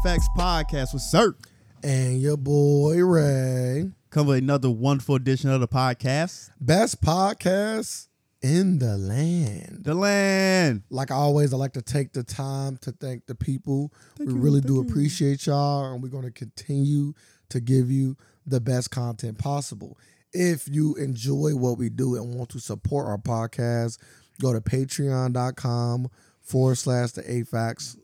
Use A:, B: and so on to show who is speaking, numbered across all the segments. A: Facts Podcast with Sir.
B: And your boy Ray.
A: Come with another wonderful edition of the podcast.
B: Best podcast in the land.
A: The land.
B: Like always, I like to take the time to thank the people. we really do appreciate y'all, and we're going to continue to give you the best content possible. If you enjoy what we do and want to support our podcast, go to patreon.com forward slash the AFAX.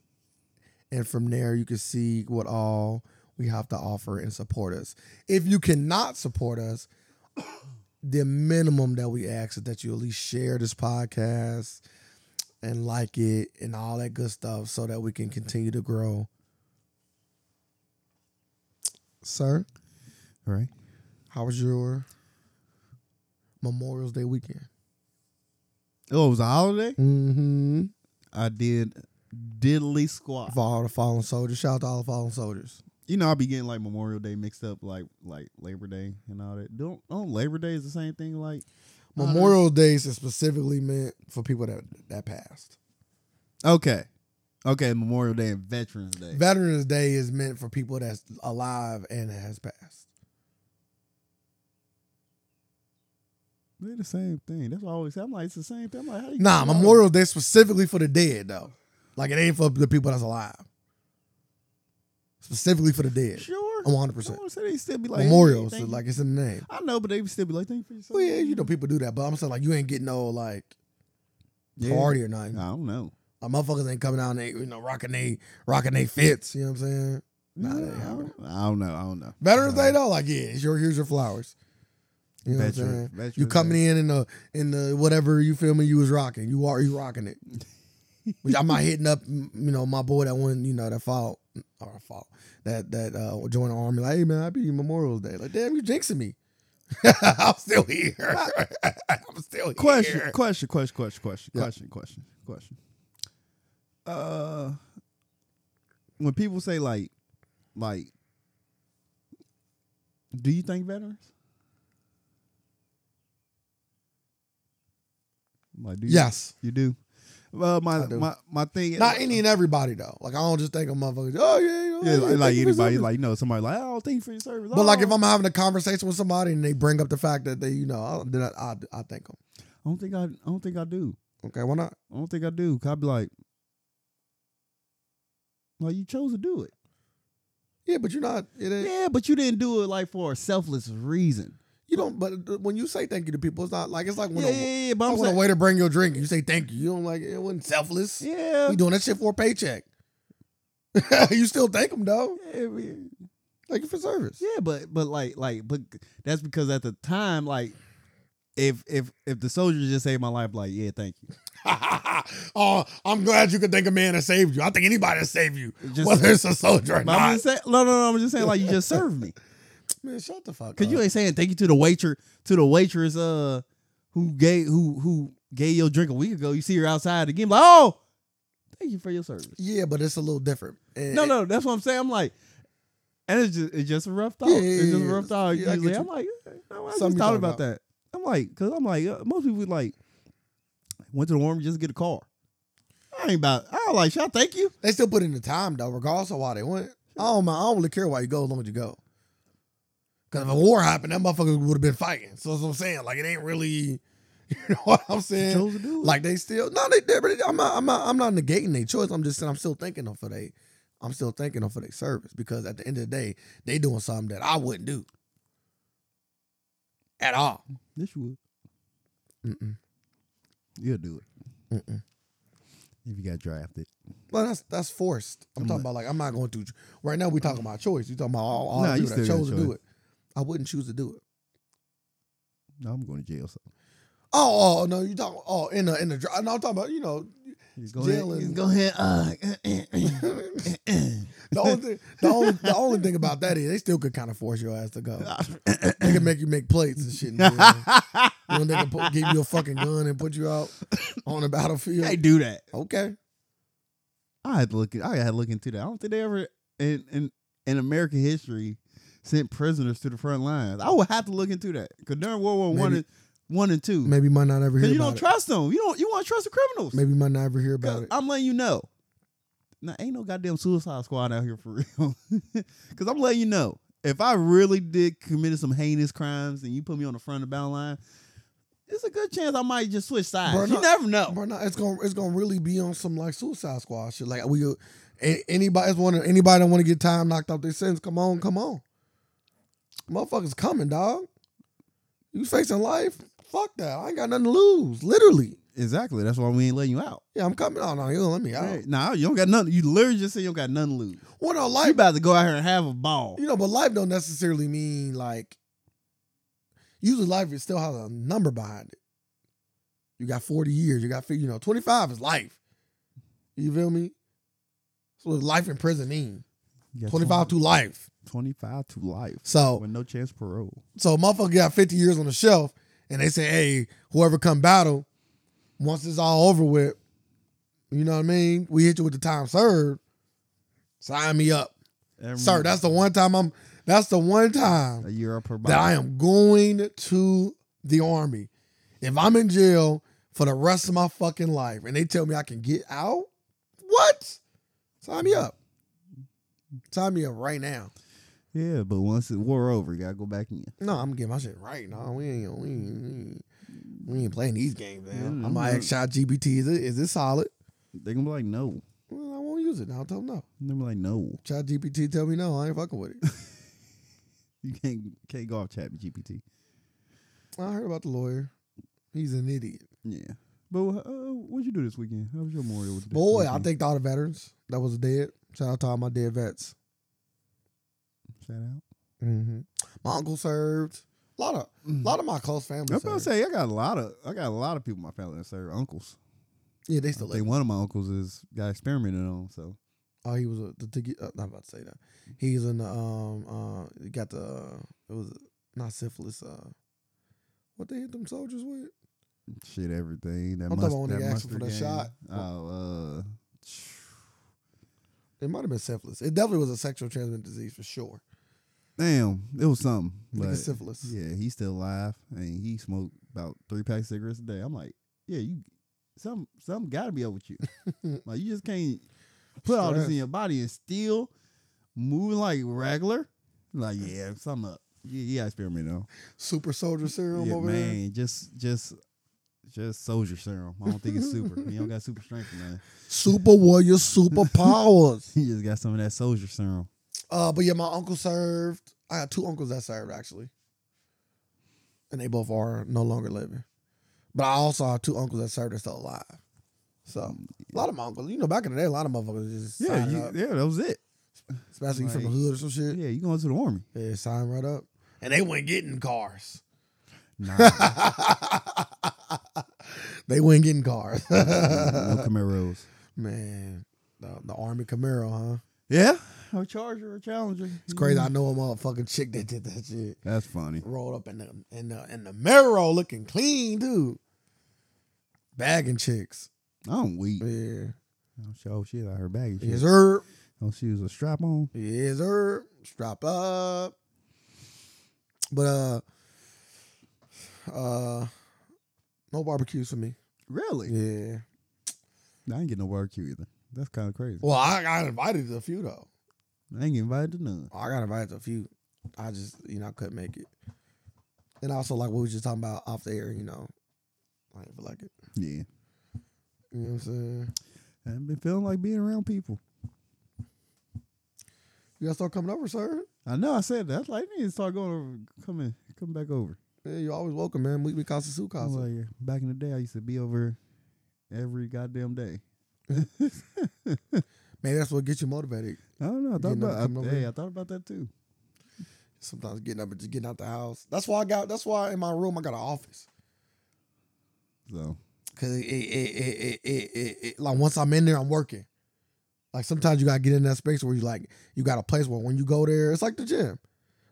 B: And from there, you can see what all we have to offer and support us. If you cannot support us, the minimum that we ask is that you at least share this podcast and like it and all that good stuff so that we can continue to grow. Sir,
A: All right.
B: how was your Memorial Day weekend?
A: Oh, it was a holiday.
B: Mm-hmm.
A: I did diddly squat.
B: For all the fallen soldiers. Shout out to all the fallen soldiers.
A: You know, I be getting like Memorial Day mixed up, like like Labor Day and all that. Don't don't Labor Day is the same thing. Like Honor.
B: Memorial Days is specifically meant for people that that passed.
A: okay, okay, Memorial Day and Veterans Day.
B: Veterans Day is meant for people that's alive and has passed.
A: They're the same thing. That's what I always. say. I'm like it's the same thing. I'm like how you
B: Nah,
A: get it?
B: Memorial Day specifically for the dead though. Like it ain't for the people that's alive. Specifically for the dead.
A: Sure.
B: One hundred
A: I
B: percent.
A: want to say they still be Oh, like
B: Memorials,
A: thank you.
B: like it's in the name.
A: I know, but they still be like thank you for yourself.
B: Well, yeah, you know people do that, but I'm saying like you ain't getting no like
A: Yeah.
B: party or
A: I
B: nothing.
A: don't know.
B: Like motherfuckers ain't coming out and they you know rocking they rocking they fits. You know what I'm saying? Nah, they
A: Yeah, I,
B: haven't.
A: don't, I don't know. I don't know.
B: Veterans
A: No.
B: Day though, like yeah, it's your here's your flowers. You know what I'm
A: Veteran-
B: saying?
A: Veterans
B: You coming
A: Day.
B: in in the in the whatever you feel me you was rocking. You are you rocking it. Which I'm not hitting up, m- you know, my boy that one, you know, that fought or fought that that uh joined the army. Like, hey man, I be Memorial Day. Like, damn, you jinxing me. I'm still here. I'm still here.
A: Question, question, question, question, question,
B: Yeah.
A: question, question, question. Uh, when people say like, like, do you think veterans? Like, do you,
B: Yes.
A: you do. Well, my
B: I do.
A: my my thing.
B: Not any and everybody though. Like I don't just think of motherfuckers. Oh yeah, you know,
A: uh, Yeah,
B: hey,
A: like,
B: thank
A: like
B: you for
A: anybody,
B: serving."
A: like you know, somebody like, oh, thank you for your service.
B: But like
A: Oh,
B: if I'm having a conversation with somebody and they bring up the fact that they, you know, I, then I, I, I thank them.
A: I don't think I, I don't think I do.
B: Okay, why not?
A: I don't think I do. 'cause I'd be like, well, you chose to do it.
B: Yeah, but you're not. It ain't,
A: Yeah, but you didn't do it like for a selfless reason.
B: You don't. But when you say thank you to people, it's not like it's like when
A: yeah,
B: a,
A: yeah, yeah, but I'm
B: it's like when a
A: saying,
B: waiter bring your drink, you say thank you. You don't like it wasn't selfless.
A: yeah,
B: You doing that shit for a paycheck. you still thank them though.
A: yeah, we-
B: Thank you for service.
A: yeah, but but like like but that's because at the time like if if if the soldiers just saved my life, like yeah, thank you.
B: oh, I'm glad you could thank a man that saved you. I think anybody that saved you,
A: It Just,
B: whether it's a soldier or
A: But I'm
B: not.
A: just saying, no, no, no. I'm just saying, like you just served me,
B: Man, shut the fuck
A: cause you ain't saying thank you to the waiter, to the waitress, uh, who gave who who gave your drink a week ago. You see her outside again, like oh, thank you for your service.
B: yeah, but it's a little different. And-
A: No, no, that's what I'm saying. I'm like, and it's just it's just a rough thought.
B: Yeah, yeah,
A: it's just a
B: yeah.
A: rough thought.
B: Yeah, I
A: usually,
B: get you.
A: I'm like, eh, no, I
B: Something
A: just thought
B: you thought
A: about,
B: about.
A: that. I'm like, cause I'm like, uh, most people like went to the warm just to get a car. I ain't about. I don't like. Should I thank you?
B: They still put in the time though, regardless of why they went. I don't mind. I don't really care why you go as long as you go. Cause if a war happened, that motherfucker would have been fighting. So that's what I'm saying. Like it ain't really, you know what I'm
A: You
B: saying.
A: chose to do it.
B: Like they still no, they did. but I'm not. I'm not. I'm not negating their choice. I'm just saying I'm still thanking them for they. I'm still thanking them for their service because at the end of the day, they doing something that I wouldn't do. At all.
A: this, you would.
B: Mm-mm,
A: You'll do it
B: mm-mm.
A: if you got drafted.
B: But that's that's forced. I'm,
A: I'm
B: talking about like I'm not going to. Right now we talking about choice. You talking about all, all
A: Nah,
B: the
A: you
B: people that
A: still got
B: chose to
A: choice.
B: do it. I wouldn't choose to do it.
A: No, I'm going to jail. So
B: Oh, oh no, you talking? Oh, in the in the dri- no, I'm talking about you know
A: Just go
B: Jail
A: ahead.
B: and-
A: Go ahead. Uh,
B: the only thing, the only the only thing about that is they still could kind of force your ass to go. They can make you make plates and shit. And, you know, you know, they can put, give you a fucking gun and put you out on the battlefield.
A: they do that.
B: Okay,
A: I had to look. I had to look into that. I don't think they ever in in in American history sent prisoners to the front lines. I would have to look into that because during World War One
B: Maybe-
A: and one and two,
B: maybe you might not ever
A: because you
B: hear about
A: don't
B: it.
A: trust them. You don't. You want to trust the criminals.
B: Maybe you might not ever hear about
A: 'Cause
B: it.
A: I'm letting you know. Now ain't no goddamn Suicide Squad out here for real. Cause I'm letting you know, if I really did committed some heinous crimes and you put me on the front of the battle line, it's a good chance I might just switch sides.
B: Bruh,
A: you
B: no-
A: never know.
B: Bro, no, it's gonna it's gonna really be on some like Suicide Squad shit. Like we, a- anybody that's wondering, anybody that want to get time knocked off their sins, come on, come on, motherfuckers coming, dog. You facing life? Fuck that. I ain't got nothing to lose. Literally.
A: Exactly. That's why we ain't letting you out.
B: Yeah, I'm coming. Oh no, you don't let me out.
A: Right. Nah, you don't got nothing. You literally just said you don't got nothing to lose.
B: Well, no,
A: You
B: life.
A: about to go out here and have a ball.
B: You know, but life don't necessarily mean like. Usually, life is still has a number behind it. You got forty years. You got fi- you know twenty five is life. You feel me? So it's life in prison mean
A: You got
B: twenty five to life.
A: 25 to life.
B: So
A: With no chance parole.
B: so a motherfucker got fifty years on the shelf, and they say, hey, whoever come battle, once it's all over with, you know what I mean? We hit you with the time served. Sign me up, sir. That's the one time I'm. That's the one time
A: a year per
B: that I am going to the army. If I'm in jail for the rest of my fucking life and they tell me I can get out, what? Sign me up. Sign me up right now.
A: Yeah, but once it war over, you gotta go back in.
B: No, I'm getting my shit right. No, we ain't we ain't, we ain't, we ain't playing these games now.
A: Yeah,
B: I'm
A: I'm
B: gonna ask Shot GBT, is it is it solid?
A: They gonna be like, no.
B: Well, I won't use it. I'll tell them no.
A: And they be like, no.
B: Chat GPT tell me no, I ain't fucking with it.
A: You can't can't go off chat GPT.
B: I heard about the lawyer. He's an idiot.
A: Yeah. But uh, what'd you do this weekend? How was your memorial? this
B: Boy, I
A: weekend?
B: thanked all the veterans that was dead. Shout out to all my dead vets.
A: shout out.
B: Mm-hmm. My uncle served. A lot of a lot of my close family.
A: I'm about to
B: served.
A: say I got a lot of I got a lot of people in my family that serve uncles.
B: yeah, they
A: I
B: still
A: think
B: live.
A: one of my uncles is got experimented on, so
B: Oh, he was a, the ticket. Uh, not about to say that. He's in the um uh he got the uh, it was not syphilis. Uh, what they hit them soldiers with?
A: shit everything. That
B: I'm talking
A: must,
B: about when
A: that
B: they asked him for
A: mustard
B: the
A: gas.
B: shot.
A: Oh, uh,
B: It might have been syphilis. It definitely was a sexual transmitted disease for sure.
A: damn, it was something.
B: I think
A: But
B: it's syphilis.
A: yeah, he's still alive, and he smoked about three pack of cigarettes a day. I'm like, yeah, you, some some got to be up with you. like you just can't put all this in
B: Stress.
A: your body and still moving like regular. Like yeah, something up. Yeah, yeah, experiment on.
B: Super soldier serum
A: Yeah,
B: over
A: man, just just just soldier serum. I don't think it's super. you don't got super strength, man.
B: there. Super warrior, super powers.
A: You just got some of that soldier serum.
B: Uh, but yeah, my uncle served. I got two uncles that served actually, and they both are no longer living. But I also have two uncles that served that's still alive. So a lot of my uncles, you know, back in the day, a lot of motherfuckers just yeah,
A: Mm, Yeah,
B: signed
A: you,
B: up,
A: yeah, that was it.
B: especially you from the
A: like-
B: hood or some shit.
A: Yeah, you going to the army?
B: Yeah, sign right up, and they wouldn't get in cars.
A: Nah,
B: they wouldn't get in cars.
A: no Camaros.
B: Man, the, the Army Camaro, huh?
A: Yeah, or Charger or Challenger.
B: It's crazy.
A: Mm.
B: I know a motherfucking chick that did that shit.
A: That's funny.
B: rolled up in the in the in the mirror looking clean, dude. Bagging chicks.
A: I'm weak.
B: Yeah.
A: Oh, sh- Oh shit, I heard baggy.
B: Yes,
A: Shit.
B: sir.
A: Oh, she was a strap on.
B: Yes, sir. Strap up. But uh uh no barbecues for me.
A: Really?
B: Yeah.
A: I ain't getting no barbecue either. That's kind of crazy.
B: Well, I got invited to a few though.
A: I ain't get invited to none.
B: I got invited to a few. I just, you know, I couldn't make it. And also like what we were just talking about off the air, you know. I didn't feel like it.
A: Yeah,
B: You know what I'm saying?
A: I have been feeling like being around people.
B: You gotta start coming over, sir.
A: I know I said that. Like, I need to start going over, coming, coming back over.
B: Yeah, you're always welcome, man. Meet me Casa Su
A: I
B: Casa.
A: was like, back in the day, I used to be over every goddamn day.
B: Maybe that's what gets you motivated.
A: I don't know. I thought
B: Getting up, coming
A: about.
B: over
A: I, hey,
B: here.
A: I thought about that too.
B: Sometimes getting up and just getting out the house. That's why I got. That's why in my room I got an office.
A: So
B: Cause it, it, it, it, it, it, it- like once I'm in there, I'm working. Like sometimes you gotta get in that space where you like you got a place where when you go there, it's like the gym.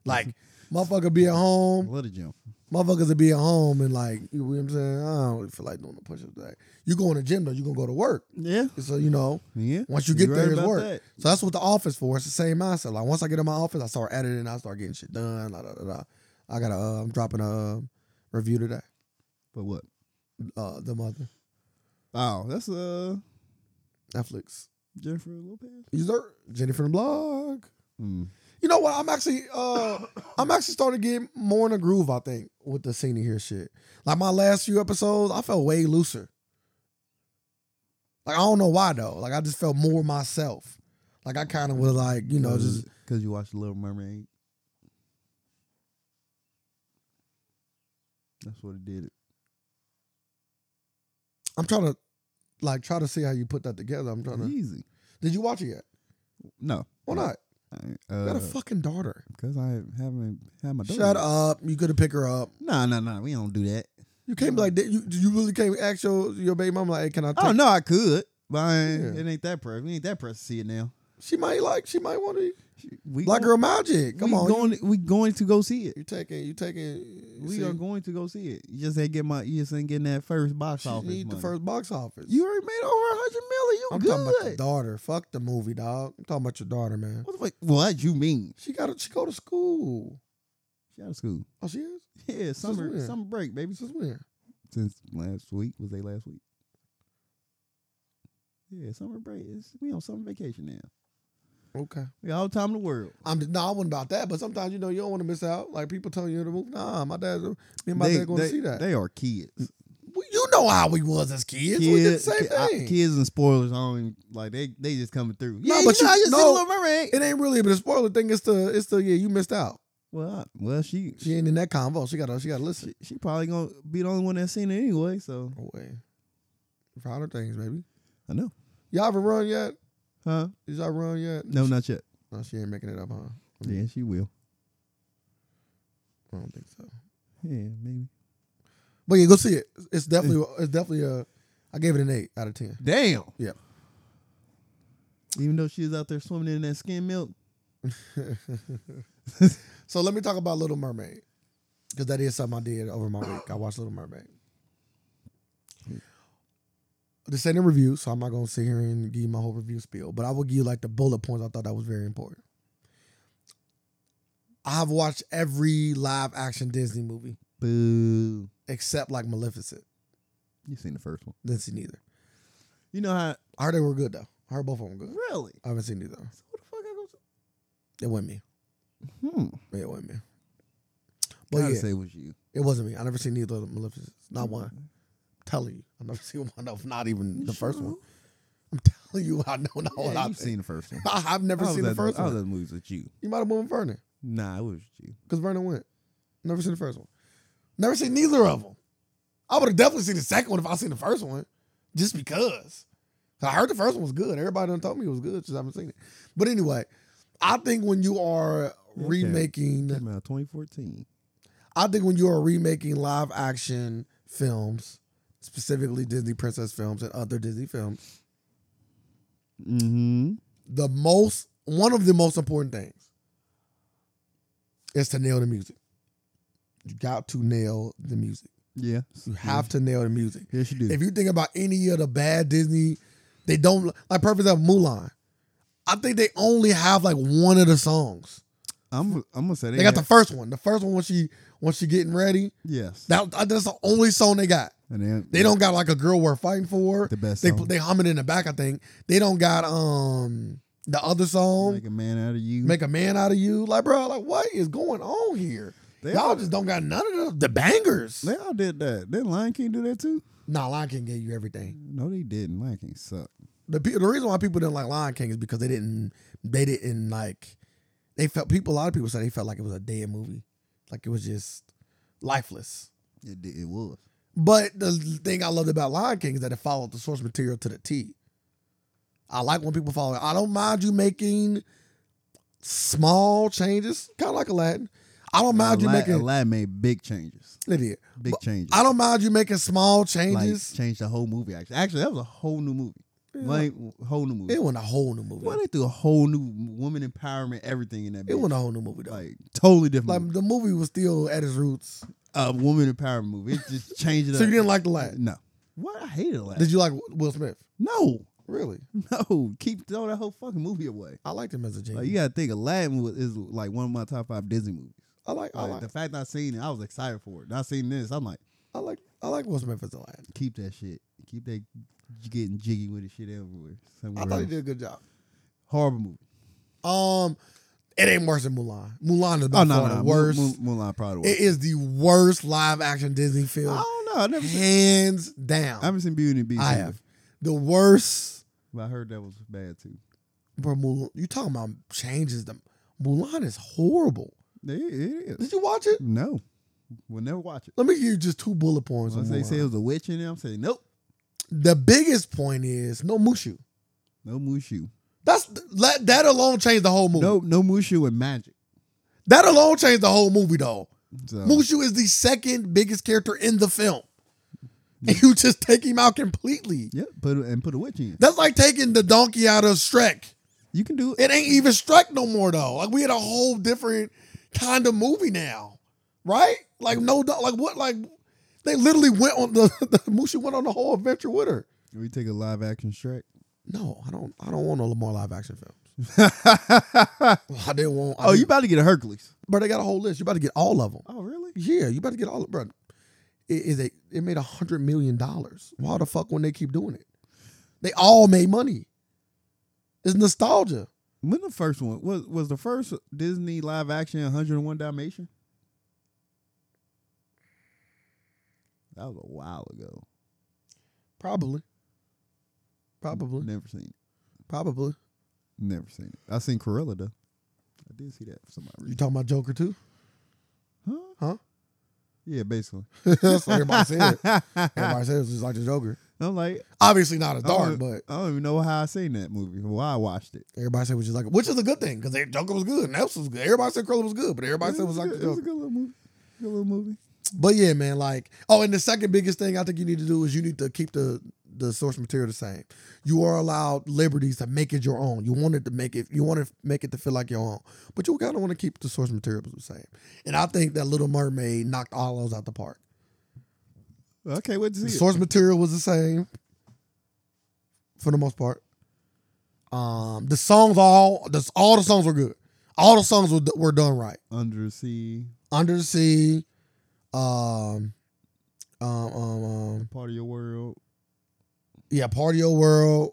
B: Like motherfucker be at home,
A: let it jump.
B: motherfuckers will be at home and like you know what I'm saying. I don't really feel like doing the push up today. You go in the gym though, you gonna go to work.
A: Yeah,
B: So you know,
A: yeah.
B: once you get there, it's
A: about
B: work.
A: that.
B: So that's what the office for. It's the same mindset. Like once I get in my office, I start editing, I start getting shit done. La, da, da, da. I got to uh, I'm dropping a um, review today.
A: But what?
B: Uh, the mother
A: Oh, that's uh.
B: Netflix.
A: Jennifer Lopez.
B: Is there Jennifer the blog?
A: Mm.
B: You know what? I'm actually uh I'm actually starting to get more in the groove, I think, with the senior here shit. Like my last few episodes, I felt way looser. Like I don't know why though. Like I just felt more myself. Like I kind of was like, you know, just
A: because you watched Little Mermaid. That's what it did. It.
B: I'm trying to like try to see how you put that together. I'm trying to
A: Easy.
B: Did you watch it yet?
A: No.
B: Why not? You got a
A: Because
B: fucking daughter.
A: I haven't had my daughter.
B: Shut up. You could have picked her up.
A: No, no, no. We don't do that.
B: You can't be like that. You, you really can't ask your, your baby mom like, hey, can I take
A: Oh no, I could, but I ain't,
B: Yeah.
A: it ain't that press. We ain't that press to see it now.
B: She might like. She might want to.
A: We
B: Black
A: gon-
B: girl magic. Come
A: we
B: on.
A: going, we going to go see it.
B: you, you taking. You taking.
A: We
B: see,
A: are going to go see it. You just ain't get my. You just ain't getting that first box
B: She
A: office.
B: need the
A: money.
B: first box office.
A: You already made over a hundred million. You
B: I'm
A: good?
B: talking about the daughter. Fuck the movie, dog. I'm talking about your daughter, man.
A: what the fuck? What you mean?
B: She got. She go to school.
A: She out of school.
B: Oh, she is.
A: Yeah, summer
B: weird.
A: summer break, baby.
B: This is weird.
A: Since last week was they last week? Yeah, summer break. It's, we on summer vacation now.
B: Okay.
A: We got all the time in the world.
B: I'm no, I wasn't about that. But sometimes you know you don't want to miss out. Like people telling you to move. Nah, my dad. Me and my dad going to see that.
A: They are kids.
B: We- you know how we was as kids. we did the
A: Kids,
B: same
A: ki- I-
B: thing.
A: kids and spoilers I don't even like they they just coming through.
B: No,
A: yeah,
B: but
A: you know,
B: you-
A: I just
B: no.
A: see Little Mermaid.
B: It ain't really, but the spoiler thing is the it's the yeah you missed out.
A: Well, I, well, she
B: She
A: she,
B: ain't in that convo. She got to she got to listen.
A: she she probably gonna be the only one that seen it anyway. So
B: away. For other things, baby.
A: I know,
B: Y'all ever run yet?
A: huh?
B: Did y'all run yet?
A: No, not yet.
B: No, she ain't making it up, huh?
A: Yeah, she will.
B: I don't think so.
A: Yeah, maybe.
B: But yeah, go see it. It's definitely it's definitely a. I gave it an eight out of ten.
A: Damn.
B: Yeah.
A: Even though she was out there swimming in that skim milk.
B: So let me talk about Little Mermaid, because that is something I did over my week. I watched Little Mermaid. This ain't a review, so I'm not gonna sit here and give you my whole review spiel. But I will give you like the bullet points. I thought that was very important. I have watched every live action Disney movie
A: Boo.
B: except like Maleficent.
A: You seen the first one.
B: Didn't see neither.
A: You know how
B: I heard they were good though. I heard both of them good.
A: really?
B: I haven't seen either.
A: So what the fuck I
B: It wasn't me.
A: go Hmm.
B: It wasn't me.
A: But
B: But
A: Gotta
B: yeah,
A: say it was you.
B: it wasn't me. I never seen either of them. Maleficent. Not one. I'm telling you, I never seen one of. Not even the first one. I'm telling you, I know not
A: Oh,
B: what
A: yeah,
B: I've
A: you've
B: seen.
A: seen the first one.
B: I, have never
A: I was
B: seen the
A: at-
B: first
A: I was
B: one.
A: at the movies with you.
B: You might have moved Vernon
A: Nah, it was you.
B: because Vernon went. Never seen the first one. Never seen neither of them. I would have definitely seen the second one if I seen the first one, just because. I heard the first one was good. Everybody done told me it was good, just haven't seen it. But anyway, I think when you are remaking,
A: Came out 2014.
B: I think when you are remaking live action films, specifically Disney princess films and other Disney films,
A: Mm-hmm.
B: the most one of the most important things is to nail the music. You got to nail the music.
A: Yeah.
B: You have to nail the music.
A: Yes, you do.
B: If you think about any of the bad Disney, they don't like purpose of Mulan. I think they only have like one of the songs.
A: I'm I'm gonna say
B: They got the first one. The first one when she when she getting ready.
A: yes.
B: That that's the only song they got.
A: and then
B: They don't got like a girl we're fighting for.
A: the best
B: They
A: song.
B: they hum it in the back. I think they don't got um the other song.
A: make a man out of you.
B: Make a man out of you, like bro. Like what is going on here?
A: They
B: Y'all
A: all-
B: just don't got none of the, the bangers.
A: they all did that. Didn't Lion King do that too?
B: Nah, Lion King gave you everything.
A: No, they didn't. Lion King sucked.
B: the pe- the reason why people didn't like Lion King is because they didn't they didn't like they felt people a lot of people said they felt like it was a dead movie, like it was just lifeless.
A: It did, it was.
B: But the thing I loved about Lion King is that it followed the source material to the T. I like when people follow. it. I don't mind you making small changes, kind of like Aladdin. I don't mind you
A: Aladdin-
B: making
A: Aladdin made big changes.
B: idiot.
A: Big changes.
B: I don't mind you making small
A: like,
B: changes.
A: changed the whole movie. Actually, actually, that was a whole new movie. Like whole new movie.
B: it wasn't a whole new movie.
A: Well, they threw a whole new woman empowerment, everything in that.
B: It
A: bitch.
B: wasn't a whole new movie though. Like,
A: like totally different. movie.
B: the movie was still at its roots.
A: a woman empowerment movie. It just changed it.
B: So
A: up.
B: you didn't like the Latin?
A: No. What I hated Aladdin.
B: Did you like Will Smith?
A: no,
B: Really?
A: no. Keep throwing that whole fucking movie away.
B: I liked him as a genius.
A: Like you gotta think, Aladdin was, is like one of my top five Disney movies.
B: I like. I
A: Like,
B: like.
A: the fact I seen it, I was excited for it. And I seen this, I'm like,
B: I like I like Will Smith as the lion.
A: Keep that shit. Keep that j- getting jiggy with the shit everywhere.
B: I
A: Somewhere
B: thought he
A: else.
B: did a good job.
A: Horrible movie.
B: Um, it ain't worse than Mulan. Mulan is by
A: Oh no,
B: far
A: no,
B: the
A: Mu-
B: worst.
A: Mu- Mulan probably. Was.
B: it is the worst live action Disney
A: I
B: film,
A: don't know. I never. Seen,
B: hands
A: I
B: down.
A: haven't seen Beauty and the Beast.
B: I
A: either,
B: have the worst.
A: But I heard that was bad too.
B: Bro, Mulan, you talking about changes? The Mulan is horrible.
A: It, it is.
B: Did you watch it?
A: No, we'll never watch it.
B: Let me give you just two bullet points. on
A: Once they say it
B: Mulan.
A: was a witch in it, I'm saying nope,
B: the biggest point is no Mushu.
A: no Mushu,
B: That's let that alone changed the whole movie.
A: no no Mushu and magic.
B: That alone changed the whole movie though.
A: So
B: Mushu is the second biggest character in the film. And you just take him out completely.
A: yeah, put a- and put a witch in. it.
B: That's like taking the donkey out of Shrek.
A: You can do it.
B: It ain't even Shrek no more though. Like we had a whole different kind of movie now, right? Like no, do- like what? Like they literally went on the, the Mushu went on the whole adventure with her.
A: We take a live action Shrek.
B: No, I don't. I don't want no more live action films. I didn't want. I
A: oh,
B: didn't-
A: you about to get a Hercules?
B: Bro, they got a whole list. You about to get all of them.
A: Oh, really?
B: Yeah, you about to get all of bro. It is a it made a hundred million dollars. Why the fuck when they keep doing it? They all made money. It's nostalgia.
A: When the first one was was the first Disney live action 101 Dalmatian? That was a while ago.
B: Probably. Probably.
A: Never seen it.
B: Probably.
A: Never seen it. I seen Cruella though. I did see that for some odd
B: You
A: reason.
B: talking about Joker too?
A: Huh?
B: Huh?
A: Yeah, basically.
B: That's what everybody said.
A: I'm
B: Everybody said it's just like the Joker.
A: like,
B: Obviously not as
A: I don't
B: dark,
A: even-
B: but
A: I don't even know how I seen that movie. Why I watched it.
B: everybody said it was just like which is a good thing, because Joker was good. Nelson was good. Everybody said Curly was good, but everybody said it was
A: a
B: like the
A: good, it was a
B: Joker.
A: good little movie. Good little movie.
B: But yeah, man, like oh, and the second biggest thing I think you need to do is you need to keep the the source material the same. You are allowed liberties to make it your own. You wanted to make it you want to make it to feel like your own. But you kinda want to keep the source material the same. And I think that Little Mermaid knocked all those out the park.
A: I can't wait to see
B: The
A: it.
B: source material was the same for the most part. Um the songs all the all the songs were good. All the songs were, were done right.
A: Under the Sea,
B: Under the Sea, um um um, um
A: Part of Your World,
B: Yeah, Party Your World,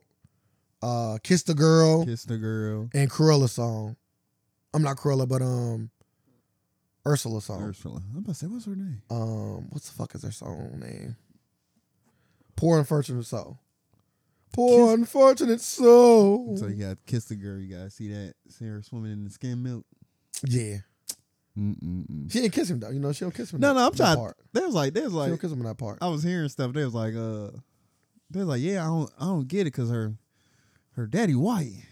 B: uh, Kiss the Girl,
A: Kiss the Girl,
B: and Cruella song. I'm not Cruella, but um, Ursula song.
A: Ursula. I'm about to say, what's her name?
B: Um, what's the fuck is her song name? Poor unfortunate soul. Poor unfortunate soul.
A: So you got kiss the girl. You gotta see that. See her swimming in the skim milk.
B: yeah,
A: Mm-mm-mm.
B: she didn't kiss him though. You know she don't kiss him. in
A: No,
B: that-
A: no, I'm
B: that
A: trying-
B: Part.
A: They was like, they was
B: she don't
A: like,
B: kiss him in that part.
A: I was hearing stuff. They was like, uh, they was like, yeah, I don't, I don't get it, cause her, her daddy white,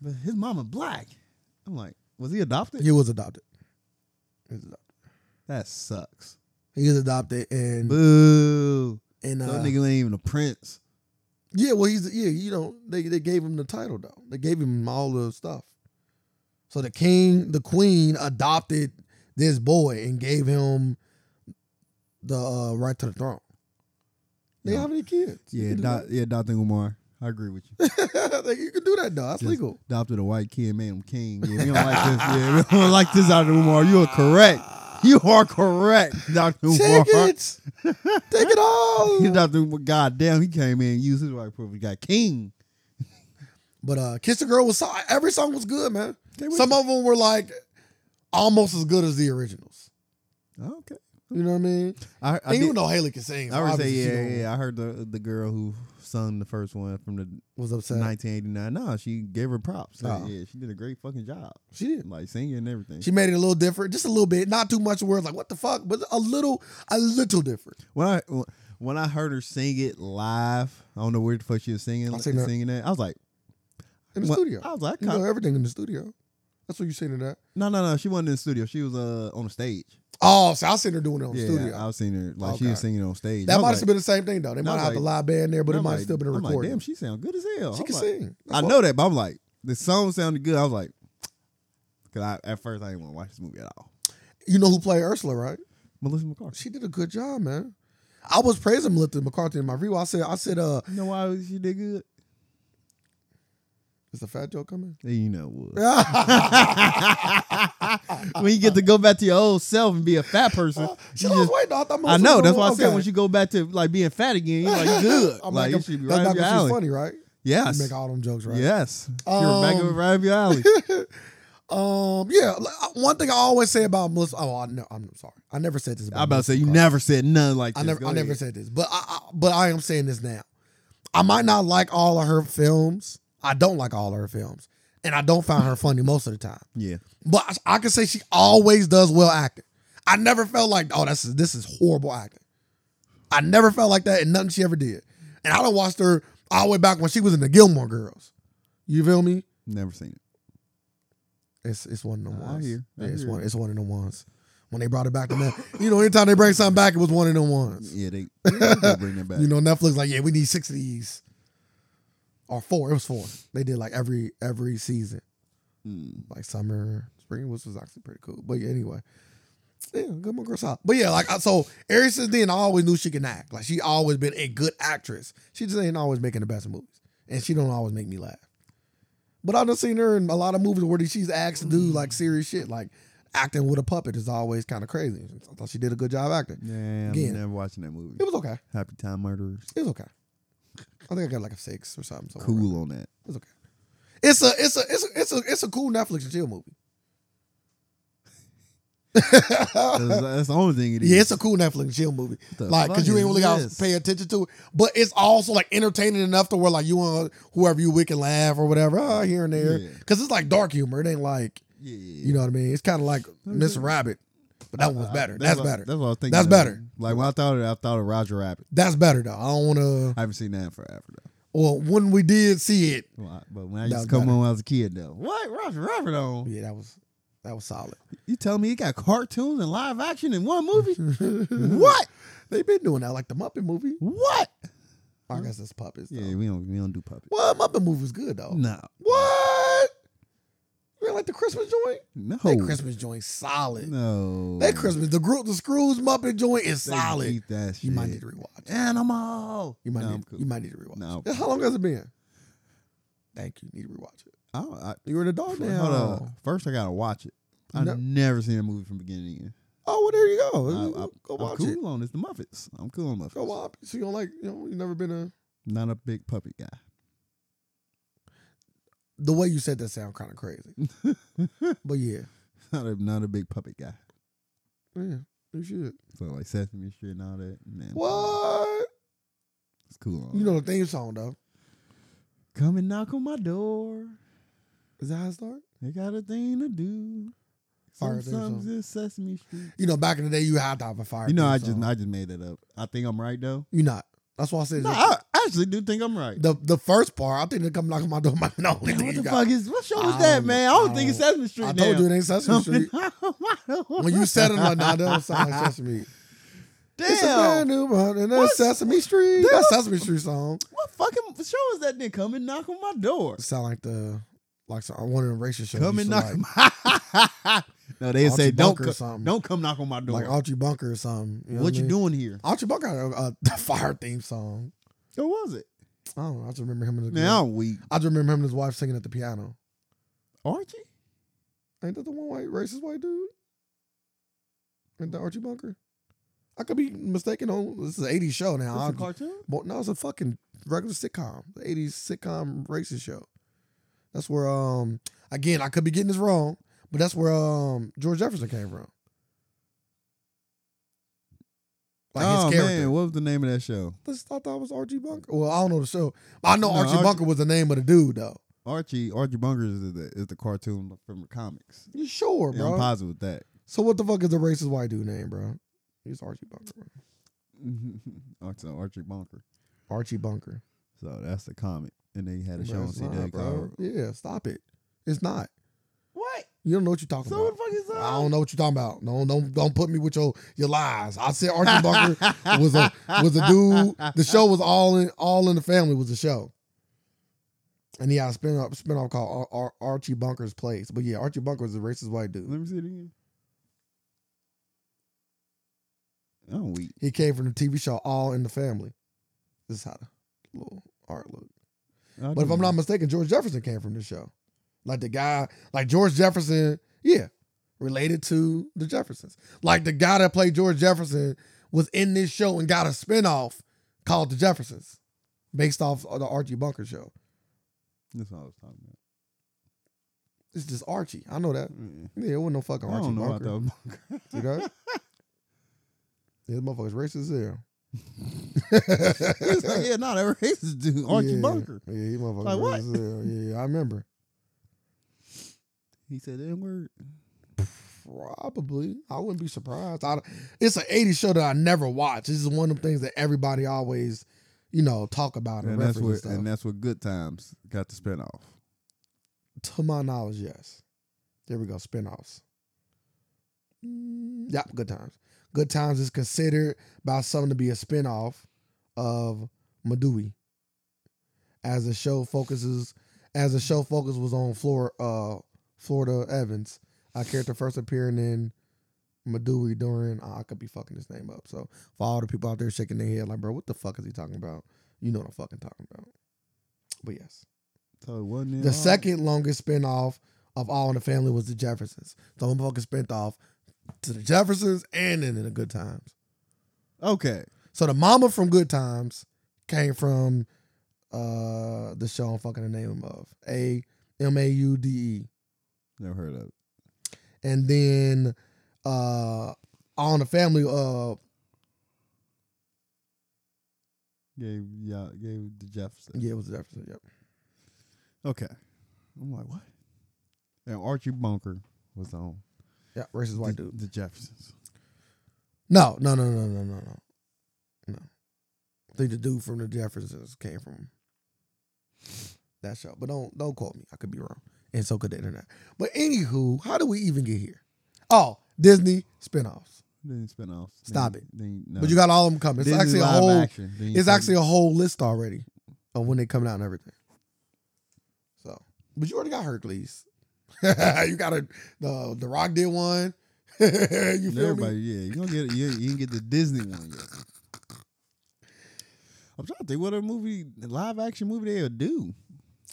A: but his mama black. I'm like, was he adopted?
B: He was adopted. He was adopted.
A: That sucks.
B: He was adopted,
A: Mm.
B: and
A: Boo.
B: and
A: That
B: uh,
A: nigga ain't even a prince.
B: Yeah, well, he's yeah. You know, they they gave him the title though. They gave him all the stuff. So the king, the queen adopted this boy and gave him the uh, right to the throne. They
A: No.
B: have any kids? You
A: Yeah,
B: can do
A: doc, yeah, Dr. Umar. I agree with you.
B: that. Like, you can do that though. That's
A: Just
B: legal.
A: Adopted a white kid, made him king. Yeah, we don't like this. Yeah, we don't like this out of Umar. You are correct. You are correct, Dr. Umar.
B: Take it, take it all.
A: He Dr. Umar, goddamn, he came in and used his white privilege. Got king.
B: But uh, Kiss the Girl was so- every song was good, man.
A: They
B: Some of them were like almost as good as the originals.
A: okay.
B: You know what I mean?
A: I, I,
B: and you
A: did,
B: know Haley can sing. so
A: I would say,
B: obviously she
A: yeah,
B: gonna-
A: yeah. I heard the the girl who sung the first one from the
B: was upset.
A: 1989. No, she gave her props. Like,
B: Oh.
A: Yeah, she did a great fucking job.
B: She did.
A: Like singing and everything.
B: She made it a little different, just a little bit, not too much. Where it's like, what the fuck, but a little, a little different.
A: When I when I heard her sing it live, I don't know where the fuck she was singing
B: I seen that.
A: singing that. I was like,
B: In the
A: well,
B: studio,
A: I was like, I
B: you
A: kinda-
B: know everything in the studio. That's what you seen in that.
A: no, no, no. She wasn't in the studio. She was uh on the stage.
B: Oh, so I seen her doing it on the
A: yeah,
B: studio.
A: I, I was seeing her like she was
B: Okay.
A: singing on stage.
B: that
A: I was
B: might
A: like-
B: have been the same thing though. They might
A: I
B: have
A: was
B: had the
A: like-
B: live band there, but it
A: I'm
B: might
A: like-
B: have still been a
A: I'm like,
B: recording.
A: Damn, she sound good as hell.
B: she
A: I'm
B: can
A: like-
B: sing.
A: I know that, but I'm like, the song sounded good. I was like, because I at first I didn't want to watch this movie at all.
B: You know who played Ursula, right?
A: Melissa McCarthy.
B: She did a good job, man. I was praising Melissa McCarthy in my review. I said, I said, uh,
A: You know why she did good?
B: Is the fat joke coming?
A: You know what?
B: I
A: when you get to go back to your old self and be a fat
B: Uh,
A: person, you
B: was
A: just-
B: waiting. I, thought my
A: I know.
B: sister
A: That's
B: was-
A: why I said
B: okay.
A: when you go back to like being fat again, you're like good.
B: I'm
A: like
B: like,
A: you should be
B: that's
A: right
B: not
A: up your
B: because she's
A: alley.
B: funny, right? You
A: Yes,
B: make all them jokes, right?
A: yes, you're back
B: Um,
A: up right up your alley.
B: Um, yeah. like, uh, One thing I always say about Melissa. Oh, I know. I'm sorry. I never said this. About
A: I'm about to say
B: Melissa
A: you
B: McCarthy.
A: never said nothing like
B: I
A: this.
B: never,
A: Go
B: I never
A: ahead.
B: said this, but I, I, but I am saying this now. I might not like all of her films. I don't like all of her films, and I don't find her funny most of the time.
A: Yeah,
B: But I, I can say she always does well acting. I never felt like, oh, this is this is horrible acting. I never felt like that in nothing she ever did. And I done watched her all the way back when she was in the Gilmore Girls. You feel me?
A: never seen it.
B: It's it's one of the
A: I
B: ones.
A: hear, I
B: yeah, it's
A: hear.
B: one. It's one of the ones. When they brought it back to that, you know, anytime they bring something back, it was one of the ones.
A: Yeah, they, they bring that back.
B: You know, Netflix like, yeah, we need six of these, or four. It was four. They did like every every season,
A: Mm.
B: like summer, spring, which was actually pretty cool. But yeah, anyway, yeah, good more girl solid. But yeah, like I- so, ever since then, I always knew she can act. Like she always been a good actress. She just ain't always making the best movies, and she don't always make me laugh. But I've done seen her in a lot of movies where she's asked to do like serious shit, like acting with a puppet is always kind of crazy. I thought she did a good job acting.
A: Yeah, I'm
B: Again.
A: never watching that movie.
B: It was okay.
A: Happy Time Murderers.
B: It was okay. I think I got like a six or something. somewhere around
A: Cool on that.
B: there. It's okay. It's a it's a it's a it's a it's a cool Netflix and chill movie.
A: 'Cause
B: yeah,
A: That's the only thing it is.
B: it's a cool Netflix and chill movie.
A: The
B: Like, cause
A: fuck
B: you
A: is
B: ain't really gotta
A: this?
B: pay attention to it, but it's also like entertaining enough to where like you want whoever you with can laugh or whatever ah, here and there.
A: Yeah.
B: Cause it's like dark humor. It ain't like
A: Yeah, yeah,
B: you know what I mean. It's kind of like Miss
A: Okay.
B: Rabbit, but that one's better. That's,
A: what-
B: better.
A: That's what I was thinking.
B: That's
A: of.
B: better.
A: Like when I thought of it, I thought of Roger Rabbit.
B: That's better though. I don't want to.
A: I haven't seen that in forever though.
B: Well, when we did see it,
A: Well, I- But when I
B: That
A: used
B: was
A: to come
B: better.
A: on when I was a kid though, what Roger Rabbit on?
B: yeah, that was that was solid.
A: You tell me it got cartoons and live action in one movie?
B: what?
A: what?
B: Mm-hmm. They've been doing that, like the Muppet movie.
A: What?
B: I guess it's puppets.
A: Mm-hmm. Yeah,
B: Yeah.
A: we don't we don't do puppets.
B: Well, Muppet movie was good though.
A: No,
B: What? You like the Christmas joint?
A: no,
B: That Christmas joint solid.
A: no.
B: That Christmas, the Gro- the Scrooge Muppet joint is
A: They
B: solid.
A: keep that shit.
B: You might need to rewatch.
A: Animal.
B: You might
A: No, I'm
B: need,
A: cool.
B: you might need to rewatch.
A: No.
B: Yeah, How long has it been? Thank you. Need to rewatch it.
A: I, don't- I,
B: You were the dog now.
A: hold on. First, I gotta watch it. I've
B: No.
A: never seen a movie from beginning to end.
B: Oh, well, there you go.
A: I-
B: You-
A: I-
B: go
A: I'm
B: watch
A: cool
B: it.
A: on it's the Muppets. I'm cool on Muppets.
B: Go watch. So you don't like? You know, you never been a.
A: Not a big puppet guy.
B: The way you said that sound kind of crazy. but yeah,
A: Not a not a big puppet guy.
B: yeah, you should.
A: So like Sesame Street and all that. Man,
B: What?
A: It's cool. On
B: You know the theme song though.
A: come and knock on my door.
B: Is that how it starts?
A: They got a thing to do.
B: Fire theme
A: Sometimes
B: song.
A: it's Sesame Street.
B: You know, back in the day, you had to have a fire.
A: You know,
B: theme
A: I just
B: song.
A: I just made that up. I think I'm right though.
B: you not. That's why I said
A: No,
B: that-
A: I actually do think I'm right.
B: the the first part. I think they come knocking my door. My no,
A: Man, what the fuck is what show
B: I
A: is that,
B: don't-
A: man? I don't
B: I
A: think it's
B: don't-
A: Sesame Street.
B: I
A: now.
B: told you it ain't Sesame Street. when you said it, I'm like, nah, that don't sound like Sesame. It's a
A: Damn,
B: brand new world and that's
A: What's-
B: Sesame Street.
A: Damn.
B: That's Sesame Street song.
A: what fucking show is that? Then come and knock on my door.
B: Sound like the like some- one of the racial shows.
A: Come and
B: used to,
A: knock.
B: like,
A: on my no, they say
B: Archie
A: don't
B: Bunker or
A: co-
B: something.
A: don't come knock on my door.
B: like Archie Bunker or something. know
A: what you
B: mean?
A: doing here?
B: Archie Bunker had a, a fire theme song.
A: Or was it?
B: I don't know. I just remember him and his
A: Now I'm weak.
B: I just remember him and his wife singing at the piano.
A: Archie?
B: Ain't that the one white racist white dude? Ain't that Archie Bunker? I could be mistaken on this is an 80s show now.
A: That's a
B: I-
A: cartoon?
B: But no, it's a fucking regular sitcom. The 80s sitcom racist show. That's where um again I could be getting this wrong, but that's where um George Jefferson came from. Like
A: oh
B: his character.
A: man, what was the name of that show?
B: I just thought that was Archie Bunker. Well, I don't know the show. I know
A: No,
B: Archie
A: Archie-
B: Bunker was the name of the dude though.
A: Archie Archie Bunker is the is the cartoon from the comics.
B: You sure,
A: Yeah,
B: bro?
A: I'm positive with that.
B: So what the fuck is a racist white dude name, bro? He's Archie Bunker. bro.
A: Archie, Archie Bunker.
B: Archie Bunker.
A: So that's the comic, and they had a show
B: Bro,
A: on
B: it's not,
A: CW
B: bro.
A: called
B: Yeah, stop it. It's not.
A: What?
B: You don't know what you're talking
A: So what
B: about.
A: the fuck is that?
B: I don't know what you're talking about. Don't don't don't put me with your your lies. I said Archie Bunker was a was a dude. The show was all in all in the family was the show. And yeah, a spin off spin off called Ar- Ar- Archie Bunker's Place. But yeah, Archie Bunker is a racist white dude.
A: Let me see it again. I'm weak.
B: He came from the TV show All in the Family. This is how the little art look.
A: I
B: But if
A: do.
B: I'm not mistaken, George Jefferson came from the show. Like the guy, like George Jefferson, yeah, related to the Jeffersons. Like the guy that played George Jefferson was in this show and got a spinoff called The Jeffersons, based off of the Archie Bunker show.
A: That's all I was talking about.
B: It's just Archie. I know that.
A: Mm.
B: Yeah, it wasn't no fucking
A: I
B: Archie
A: don't know
B: Bunker.
A: about that.
B: You got it? Yeah, this motherfucker's racist there.
A: It's like, yeah, not that racist dude. Archie
B: yeah.
A: Bunker.
B: Yeah, he motherfucker's
A: Like, what?
B: racist as hell. Yeah, I remember.
A: He said that word.
B: Probably. I wouldn't be surprised. I, it's an 80s show that I never watch. This is one of the things that everybody always, you know, talk about and,
A: And that's
B: reference
A: what
B: and
A: and that's what Good Times got the spinoff.
B: stuff. To my knowledge, yes. There we go. Spinoffs. Mm, Yep, Good Times. Good Times is considered by some to be a spinoff of Madui. As the show focuses as the show focus was on Flor uh Florida Evans, a character first appearing in Madui during ah, I could be fucking this name up. So for all the people out there shaking their head like, bro, what the fuck is he talking about? You know what I'm fucking talking about. But yes.
A: So it wasn't in
B: The
A: all-
B: second longest spinoff of All in the Family was the Jeffersons. So I'm fucking spent off to the Jeffersons and then in the Good Times.
A: Okay.
B: So the mama from Good Times came from uh the show I'm fucking the name of A M A U D E,
A: Never heard of it.
B: and then uh on the family uh
A: Gave yeah, gave the Jefferson.
B: yeah it was the Jefferson yep
A: Okay. I'm like, what? And Archie Bunker was on
B: yeah racist white
A: the,
B: dude
A: the Jeffersons.
B: no no no no no no no no I think the dude from the Jeffersons came from that show but don't don't quote me I could be wrong and so could the internet but anywho how do we even get here oh Disney spinoffs
A: Then spinoffs.
B: Stop
A: then, Then, no.
B: but you got all of them coming it's
A: Disney
B: actually a
A: live
B: whole
A: action. Then you
B: It's
A: said-
B: actually a whole list already of when they coming out and everything. So, but you already got Hercules. you got a the the Rock did one. you feel
A: And
B: me?
A: Everybody, yeah, you gonna get you, you didn't get the Disney one yet. I'm trying to think what a movie, live action movie they'll do.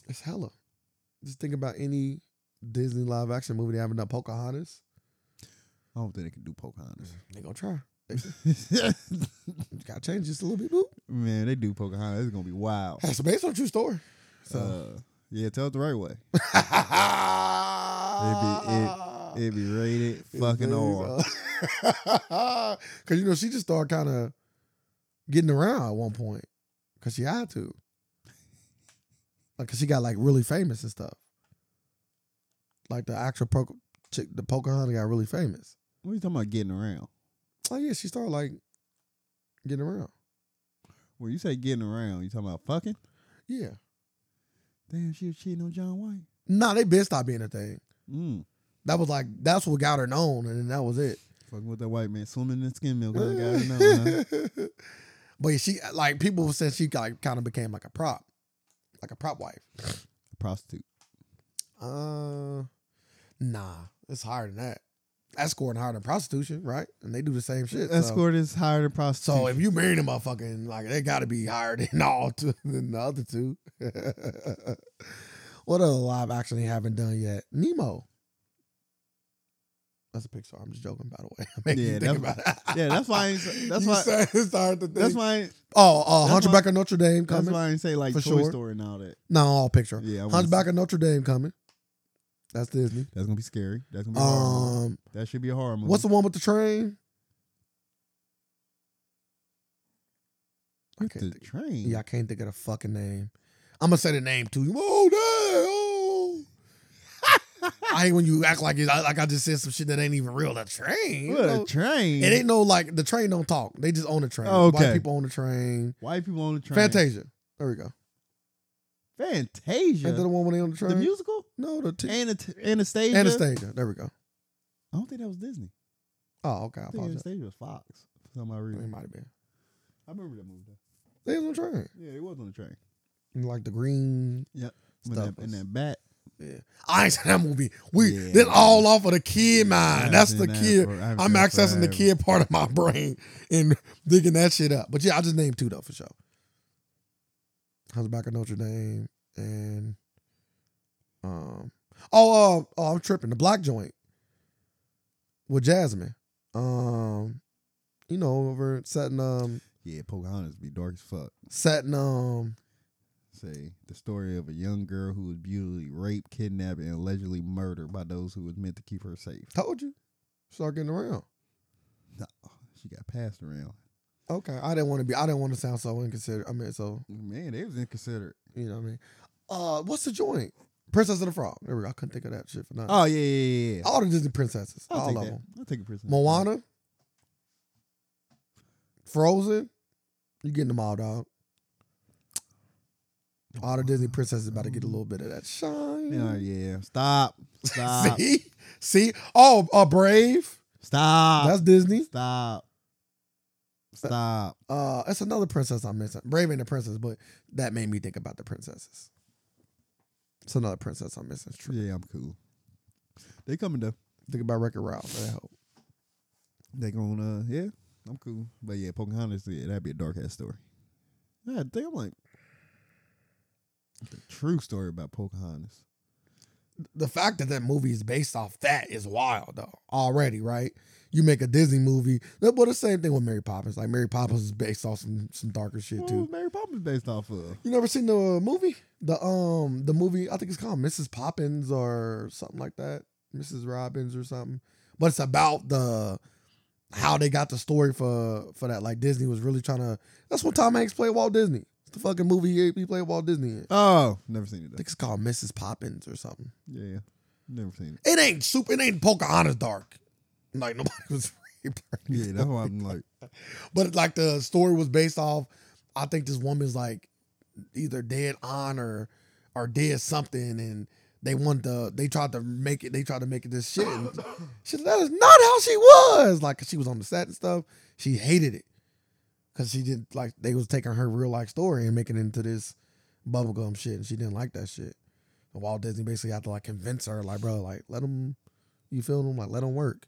B: It's hella. Just think about any Disney live action movie they haven't done. Pocahontas.
A: I don't think they can do Pocahontas.
B: They gonna try. You gotta change just a little bit. Boop.
A: Man, they do Pocahontas. It's gonna be wild.
B: That's based on a true story. So.
A: Uh, yeah, tell it the right way. It'd be rated fucking R.
B: Because uh, you know she just started kind of getting around at one point because she had to, like 'cause she got like really famous and stuff. Like the actual po- chick, the Pocahontas got really famous.
A: What are you talking about getting around?
B: Oh yeah, she started like getting around.
A: When you say getting around, you talking about fucking?
B: Yeah,
A: Damn, she was cheating on John White.
B: nah, they best stop being a thing.
A: Mm.
B: That was like that's what got her known, and then that was it.
A: Fucking with that white man, swimming in skin milk. huh? Gotta know, huh?
B: but yeah, she like people said she like kind of became like a prop, like a prop wife.
A: Prostitute.
B: Uh, nah, it's higher than that. Escorting higher than prostitution, right? And they do the same shit. so-
A: Escort is higher than
B: So,
A: prostitute.
B: if you married a motherfucking like, they got to be higher than all two than the other two. what other live action they haven't done yet? Nemo. That's a Pixar. I'm just joking, by the way. I'm making
A: Yeah,
B: you
A: that's-
B: think about it.
A: yeah, that's why. I ain't say- That's
B: You
A: why.
B: said it's hard to think.
A: That's why.
B: Oh, uh,
A: that's
B: Hunchback of Notre Dame
A: That's
B: coming.
A: why I ain't say like
B: For
A: Toy
B: sure.
A: Story and all that.
B: No, all picture.
A: Yeah, I wanna
B: Hunchback of Notre Dame coming. That's Disney.
A: see- That's gonna be scary. That's gonna be a horror. movie.
B: Um,
A: That should be a horror movie.
B: what's the one with the train? I
A: With
B: can't
A: the
B: think.
A: train?
B: Yeah, I can't think of the fucking name. I'm gonna say the name to you. Oh, damn. Oh. I hate when you act like it, like I just said some shit that ain't even real. The train. you
A: What
B: know?
A: a train!
B: It ain't no like the train don't talk. They just own the train.
A: Oh,
B: White
A: okay.
B: people on the train.
A: White people on the train.
B: Fantasia. There we go.
A: Fantasia.
B: Ain't that the
A: The,
B: one when they on the train?
A: musical.
B: No, the t-
A: Anat- Anastasia.
B: Anastasia. There we go.
A: I don't think that was Disney.
B: Oh, okay. I
A: I think
B: apologize.
A: Anastasia was Fox for some odd
B: It
A: reason.
B: might have been.
A: I remember that movie. Though.
B: They was on the train.
A: Yeah, it was on the train.
B: And, like the green.
A: When
B: Stuff
A: that, and
B: was-
A: that bat.
B: Yeah. I ain't seen that movie. We
A: Yeah.
B: that's all off of the kid mind. That's the kid. I'm accessing the
A: kid.
B: kid part of my brain and digging that shit up. But yeah, I just named two though for sure. Hunchback of Notre Dame and um oh uh, oh I'm tripping the block joint with Jasmine. Um, you know over setting um
A: Yeah, Pocahontas be dark as fuck.
B: setting um
A: Say the story of a young girl who was brutally raped, kidnapped, and allegedly murdered by those who was meant to keep her safe.
B: told you start getting around.
A: She got passed around.
B: Okay, I didn't want to be. I didn't want to sound so inconsiderate. I mean, so
A: Man, they was inconsiderate.
B: you know what I mean. Uh, what's the joint? Princess and the Frog. There we go. I couldn't think of that shit for nothing.
A: Oh yeah, yeah, yeah. yeah.
B: Uh, all the Disney princesses,
A: I'll
B: all
A: take
B: of
A: that. Mm-hmm.
B: them.
A: I'll take a prisoner.
B: Moana, Frozen. You getting them all, dog. All the Disney princesses about to get a little bit of that shine.
A: Yeah, oh, yeah. Stop. Stop.
B: See, see. Oh, uh, Brave.
A: Stop.
B: That's Disney.
A: Stop. Stop.
B: Uh, that's another princess I'm missing. Brave ain't a princess, but that made me think about the princesses. It's another princess I'm missing. It's true.
A: Yeah, I'm cool. They coming though.
B: Think about Wreck-It Ralph. That help.
A: They gonna uh yeah, I'm cool. But yeah, Pocahontas, yeah, that'd be a dark ass story. Yeah, I think I'm like the true story about Pocahontas.
B: The fact that that movie is based off that is wild, though. Already, right? You make a Disney movie. But the same thing with Mary Poppins. Like Mary Poppins is based off some some darker shit
A: What
B: too.
A: was Mary Poppins based off of?
B: You never seen the uh, movie? The um the movie I think it's called Mrs. Poppins or something like that. Mrs. Robbins or something. But it's about the how they got the story for for that. Like Disney was really trying to. That's what Tom Hanks played Walt Disney. It's the fucking movie he, he played Walt Disney in.
A: Oh, never seen it.
B: I
A: Though.
B: think it's called Mrs. Poppins or something.
A: Yeah, never seen it.
B: It ain't super. It ain't Pocahontas dark. Like nobody was raped. or
A: Yeah, that's why I'm like,
B: But like the story was based off, I think this woman's like either dead on or or dead something, and they want to they tried to make it they tried to make it this shit. And she said, that is not how she was. Like 'cause she was on the set and stuff. She hated it because she did like they was taking her real life story and making it into this bubblegum shit, and she didn't like that shit. And Walt Disney basically had to like convince her, like, bro, like let them, you feel them, like let them work.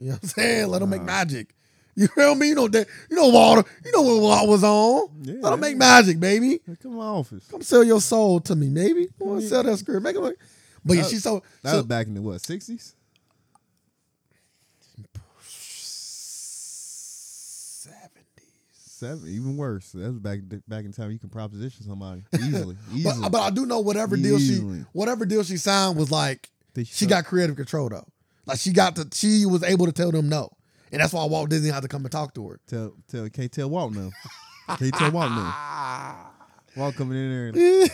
B: You know what I'm saying? Let them make
A: Wow.
B: magic. You feel me? You know that. You know Walt. You know what Walt was on.
A: yeah,
B: Let them make magic, baby.
A: Like, Come to my office.
B: Come sell your soul to me, maybe. Come on,
A: Yeah.
B: sell that script. Make it work. But yeah,
A: That-
B: she's so.
A: That was
B: so
A: back in the what sixties?
B: Seventies.
A: Seven, even worse. That was back back in time. You can proposition somebody easily, easily.
B: But, but I do know whatever deal she
A: Easily.
B: whatever deal she signed was like
A: They
B: she
A: shut-
B: got creative control though. Like she got to she was able to tell them no. And that's why Walt Disney had to come and talk to her.
A: tell tell can't tell Walt no. can't tell Walt no. Walt coming in there. And,
B: you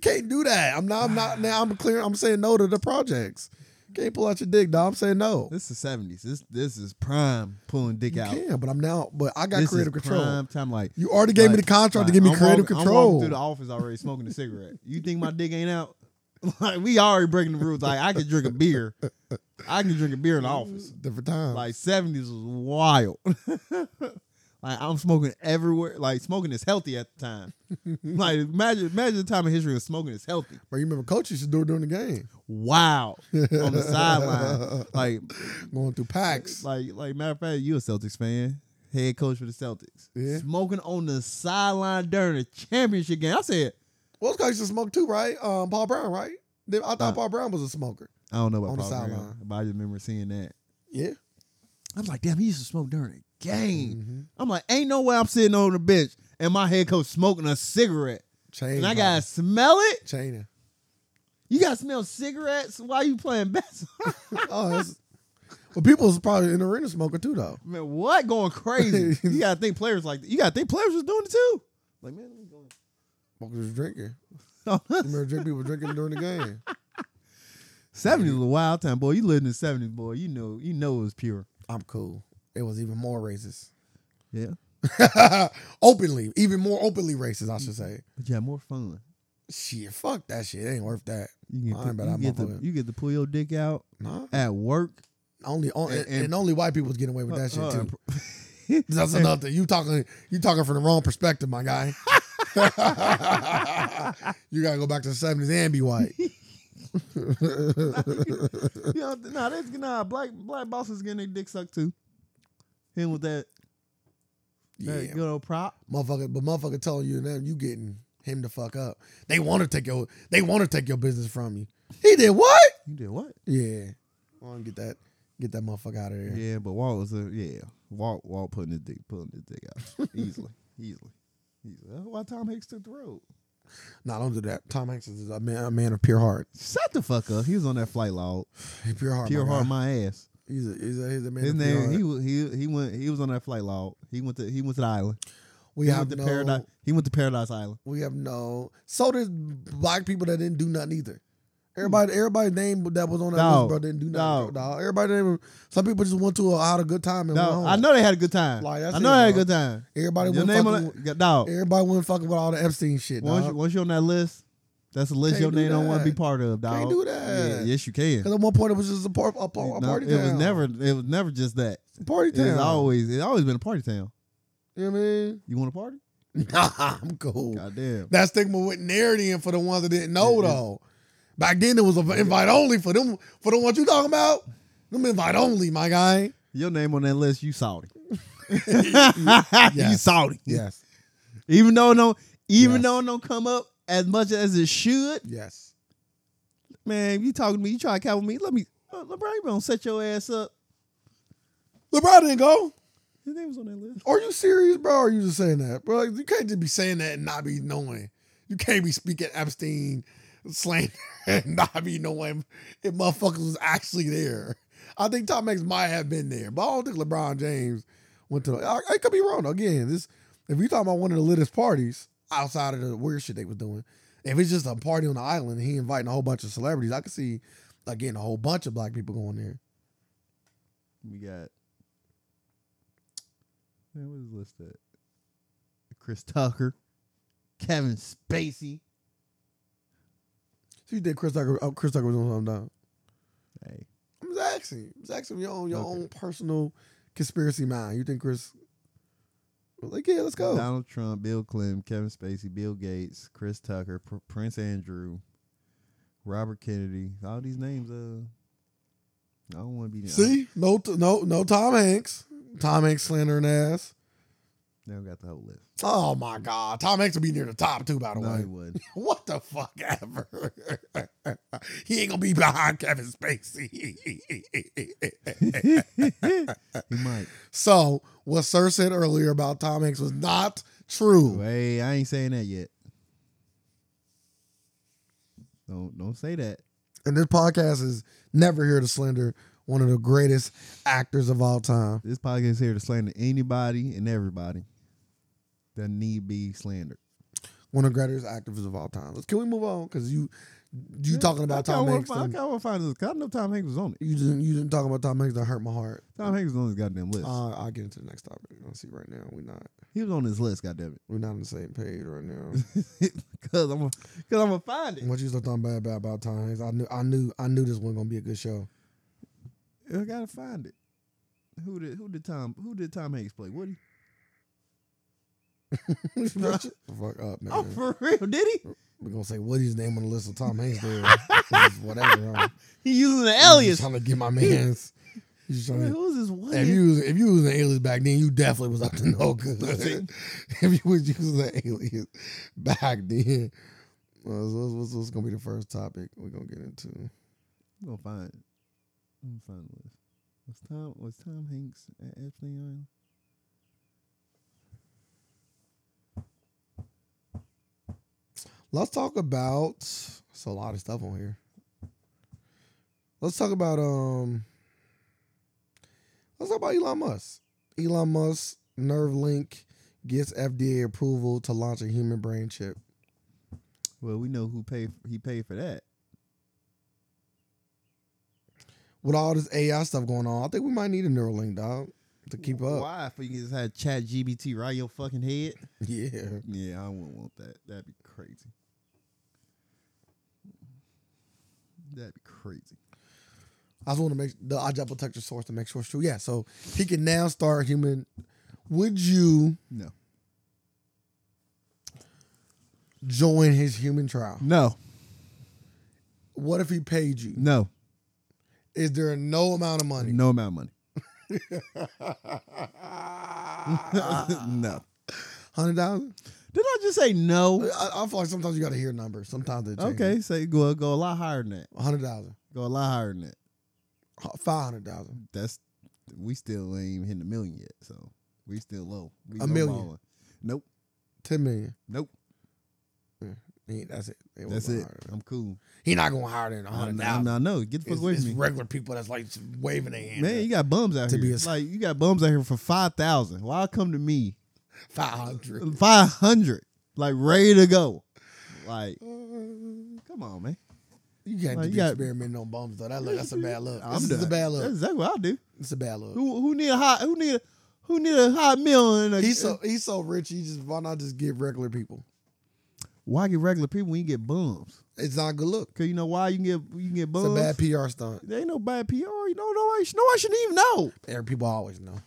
B: can't do that. I'm not I'm not now I'm clear I'm saying no to the projects. Can't pull out your dick, dog. I'm saying no.
A: this is seventies. This this is prime pulling dick
B: You
A: out.
B: can, but I'm now but I got
A: this
B: creative
A: is
B: control.
A: Prime time like
B: You already gave me the
A: like-
B: contract
A: like,
B: to give me
A: I'm
B: creative
A: walking- I'm walking
B: control.
A: through the office already smoking a cigarette. You think my dick ain't out? Like we already breaking the rules. Like I can drink a beer. I can drink a beer in the office.
B: Different times.
A: Like seventies was wild. like I'm smoking everywhere. Like smoking is healthy at the time. Like imagine imagine the time in history when smoking is healthy.
B: Bro, you remember coaches should do it during the game.
A: Wow. On the sideline. Like
B: Going through packs.
A: like like matter of fact, you a Celtics fan. Head coach for the Celtics.
B: Yeah.
A: Smoking on the sideline during the championship game. I said,
B: Well, guys used to smoke too, right? Um, Paul Brown, right? They- I thought
A: Uh.
B: Paul Brown was a smoker.
A: I don't know
B: On
A: about
B: the
A: Paul Brown,
B: sideline.
A: but I just remember seeing that.
B: Yeah.
A: I was like, damn, he used to smoke during the game.
B: Mhm.
A: Mm-hmm. I'm like, ain't no way I'm sitting on the bench and my head coach smoking a cigarette.
B: Chain.
A: And I
B: hopping.
A: gotta smell it.
B: chaining.
A: You gotta smell cigarettes while you playing basketball.
B: oh, that's, well, people was probably in the arena smoking too, though.
A: man, what going crazy? you gotta think players like you gotta think players was doing it too. Like, man, let me go.
B: Smokers was drinking.
A: in.
B: Remember, drink people drinking during the game.
A: 70s was a wild time, boy. You lived in the 70s, boy. You know, you know it was pure.
B: I'm cool. It was even more racist.
A: Yeah.
B: openly, even more openly racist, I should say.
A: But you had more fun.
B: Shit, fuck that shit. It ain't worth that.
A: You
B: Fine,
A: get,
B: but
A: to, you,
B: I'm
A: get
B: off
A: to-
B: of it.
A: you get to pull your dick out
B: Nah.
A: at work.
B: Only, on, and,
A: And- and-
B: only white people was getting away with that shit
A: Uh,
B: too.
A: uh,
B: That's
A: And-
B: another. You talking. You talking from the wrong perspective, my guy. you gotta go back to the seventies and be white.
A: you know, nah, that's nah. Black black bosses getting their dick sucked too. Him with that,
B: yeah,
A: that good old prop.
B: motherfucker. But motherfucker telling you that you getting him the fuck up. They want to take your they want to take your business from you. He did what?
A: You did what?
B: Yeah. Well, get that get that motherfucker out of there.
A: Yeah, but Walt was a yeah. Walt Walt putting his dick pulling his dick out easily, easily, easily. That's why Tom Hanks took the road.
B: Nah, don't do that. Tom Hanks is a man, a man of pure heart.
A: Shut the fuck up. He was on that flight log.
B: Hey, Pure heart.
A: Pure
B: my
A: heart,
B: guy.
A: my ass.
B: He's a, he's a, he's a man
A: His
B: of pure
A: name.
B: heart.
A: He was he he went he was on that flight log. He went to he went to the island.
B: we
A: he
B: have
A: went to
B: no.
A: paradise. He went to Paradise Island.
B: We have no. So did black people that didn't do nothing either. Everybody, everybody's name that was on that
A: Dog.
B: list, bro, didn't do nothing.
A: Dog.
B: Dog. Everybody, name, some people just went to a, had a good time and went
A: Dog,
B: home.
A: I know they had a good time.
B: Like, that's
A: I
B: it,
A: know they had a
B: dog.
A: good time.
B: Everybody
A: Your
B: went
A: name
B: fucking.
A: on that, dog.
B: Everybody went fucking with all the Epstein shit,
A: Once, you-
B: dog.
A: once you're on that list, that's a list
B: Can't
A: your
B: do
A: name don't want to be
B: that.
A: part of, dog.
B: Can't do that.
A: Yeah, yes, you can.
B: Because at one point it was just a, par- a, par- a
A: No,
B: party
A: it
B: town.
A: was never it was never just that.
B: party
A: It's
B: town.
A: always it's always been a party town.
B: you know what I mean?
A: You want a party?
B: Nah, I'm cool.
A: God damn.
B: That stigma went narrative in for the ones that didn't know
A: Yeah, yeah.
B: though. Back then it was a invite only for them for the ones you talking about. Them invite only, my guy.
A: Your name on that list, you salty. You
B: Yes.
A: salty.
B: Yes.
A: Even though it don't even
B: Yes.
A: though it don't come up as much as it should,
B: Yes.
A: man, you talking to me, you try to cap with me, let me uh, LeBron, you gonna set your ass up.
B: LeBron didn't go.
A: His name was on that list.
B: Are you serious, bro? Or are you just saying that? Bro, you can't just be saying that and not be knowing. You can't be speaking Epstein slander and not be knowing if motherfuckers was actually there. I think Tom Hanks might have been there, but I don't think LeBron James went to. I, I could be wrong again. This, if you talking about one of the littest parties outside of the weird shit they was doing, if it's just a party on the island, and he inviting a whole bunch of celebrities. I could see again a whole bunch of black people going there.
A: We got Man, what is the list at? Chris Tucker, Kevin Spacey.
B: So you think Chris Tucker? Oh, Chris Tucker was on something down.
A: Hey,
B: I'm just asking. I'm just asking your own your
A: Okay.
B: own personal conspiracy mind. You think Chris? Like yeah, let's go.
A: Donald Trump, Bill Clinton, Kevin Spacey, Bill Gates, Chris Tucker, Pr- Prince Andrew, Robert Kennedy. All these names. Uh, I don't want to be.
B: See, no, t- no, no. Tom Hanks. Tom Hanks slandering ass.
A: I, now got the whole list.
B: Oh my God, Tom Hanks will be near the top too. By the
A: No,
B: way,
A: he would.
B: what the fuck ever? he ain't gonna be behind Kevin Spacey.
A: he might.
B: so what Sir said earlier about Tom Hanks was not true.
A: Wait, I ain't saying that yet. Don't don't say that.
B: And this podcast is never here to slander one of the greatest actors of all time.
A: This podcast is here to slander anybody and everybody that need be slandered.
B: one of the greatest activists of all time. Let's- Can we move on? Because you you talking about
A: I
B: Tom
A: kinda
B: Hanks.
A: wanna find-
B: and-
A: I kind of want to find this. 'cause I know Tom Hanks was on it.
B: You didn't you didn't talk about Tom Hanks that hurt my heart.
A: Tom Hanks was on this goddamn list.
B: Uh, I'll get into the next topic. Let's see right now. We're not
A: he was on this list. Goddamn
B: we're not on the same page right now.
A: it. Cause I'm, cause I'm gonna find it.
B: what you still talking bad about, about Tom Hanks? I knew I knew I knew this wasn't gonna be a good show.
A: I gotta find it. Who did who did Tom who did Tom Hanks play? Woody?
B: Shut the fuck up, man.
A: Oh, for real? Did he?
B: We're gonna say Woody's name on the list of Tom Hanks there. It's whatever. huh?
A: He using an
B: You
A: alias.
B: just trying to get my man's. You just
A: I
B: trying
A: mean,
B: to
A: who is this Woody?
B: If you was, if you was an alias back then, you definitely was up to no good.
A: See?
B: if you was using an alias back then, well, so what's, what's, what's gonna be the first topic we're gonna get into?
A: I'm gonna find it. I'm gonna find the list. Was Tom was Tom Hanks at Epstein Island?
B: Let's talk about. It's a lot of stuff on here. Let's talk about um. Let's talk about Elon Musk. Elon Musk NerveLink gets FDA approval to launch a human brain chip.
A: Well, we know who paid. He paid for that.
B: With all this AI stuff going on, I think we might need a Neuralink dog to keep up.
A: Why? If you just had Chat GBT right your fucking head.
B: Yeah.
A: Yeah, I wouldn't want that. That'd be crazy. That'd be crazy.
B: I just want to make the eye job protect your source to make sure it's true. Yeah, so he can now start human. Would you
A: No,
B: join his human trial?
A: no,
B: What if he paid you?
A: no,
B: Is there no amount of money?
A: no amount of money.
B: Hundred
A: no, Ah.
B: thousand?
A: Did I just say no?
B: I, I feel like sometimes you got to hear numbers. Sometimes they change.
A: Okay, say go go a lot higher than that.
B: hundred thousand,
A: Go a lot higher than that.
B: five hundred thousand.
A: That's we still ain't hitting a million yet, so we still low. We
B: A
A: low
B: million.
A: balling. Nope.
B: 10 million.
A: Nope.
B: He, that's it. They won't
A: That's
B: go
A: it.
B: higher than-
A: I'm cool.
B: He not going higher than a
A: I
B: hundred
A: know.
B: thousand.
A: I know. Get the fuck
B: It's,
A: away
B: it's
A: from me.
B: regular people that's like waving their hand.
A: Man, you got bums out
B: To be
A: here.
B: a s-
A: like you got bums out here for five thousand. Why come to me?
B: five hundred.
A: Five hundred. Like ready to go. Like come on, man.
B: You can't
A: Like,
B: do
A: you
B: the
A: got-
B: experimenting on bums though. That look, that's a bad look.
A: I'm
B: this is
A: done.
B: a bad
A: That's
B: look.
A: exactly what I'll do.
B: It's a bad look.
A: Who who need a hot who need a who need a hot meal and a,
B: He's so he's so rich. He just why not just give regular people?
A: why get regular people when you get bums?
B: It's not a good look.
A: Cause you know why you can get you can get
B: It's
A: bums.
B: a bad PR stunt.
A: there ain't no bad PR. You know nobody sh- nobody shouldn't even know.
B: Every people always know.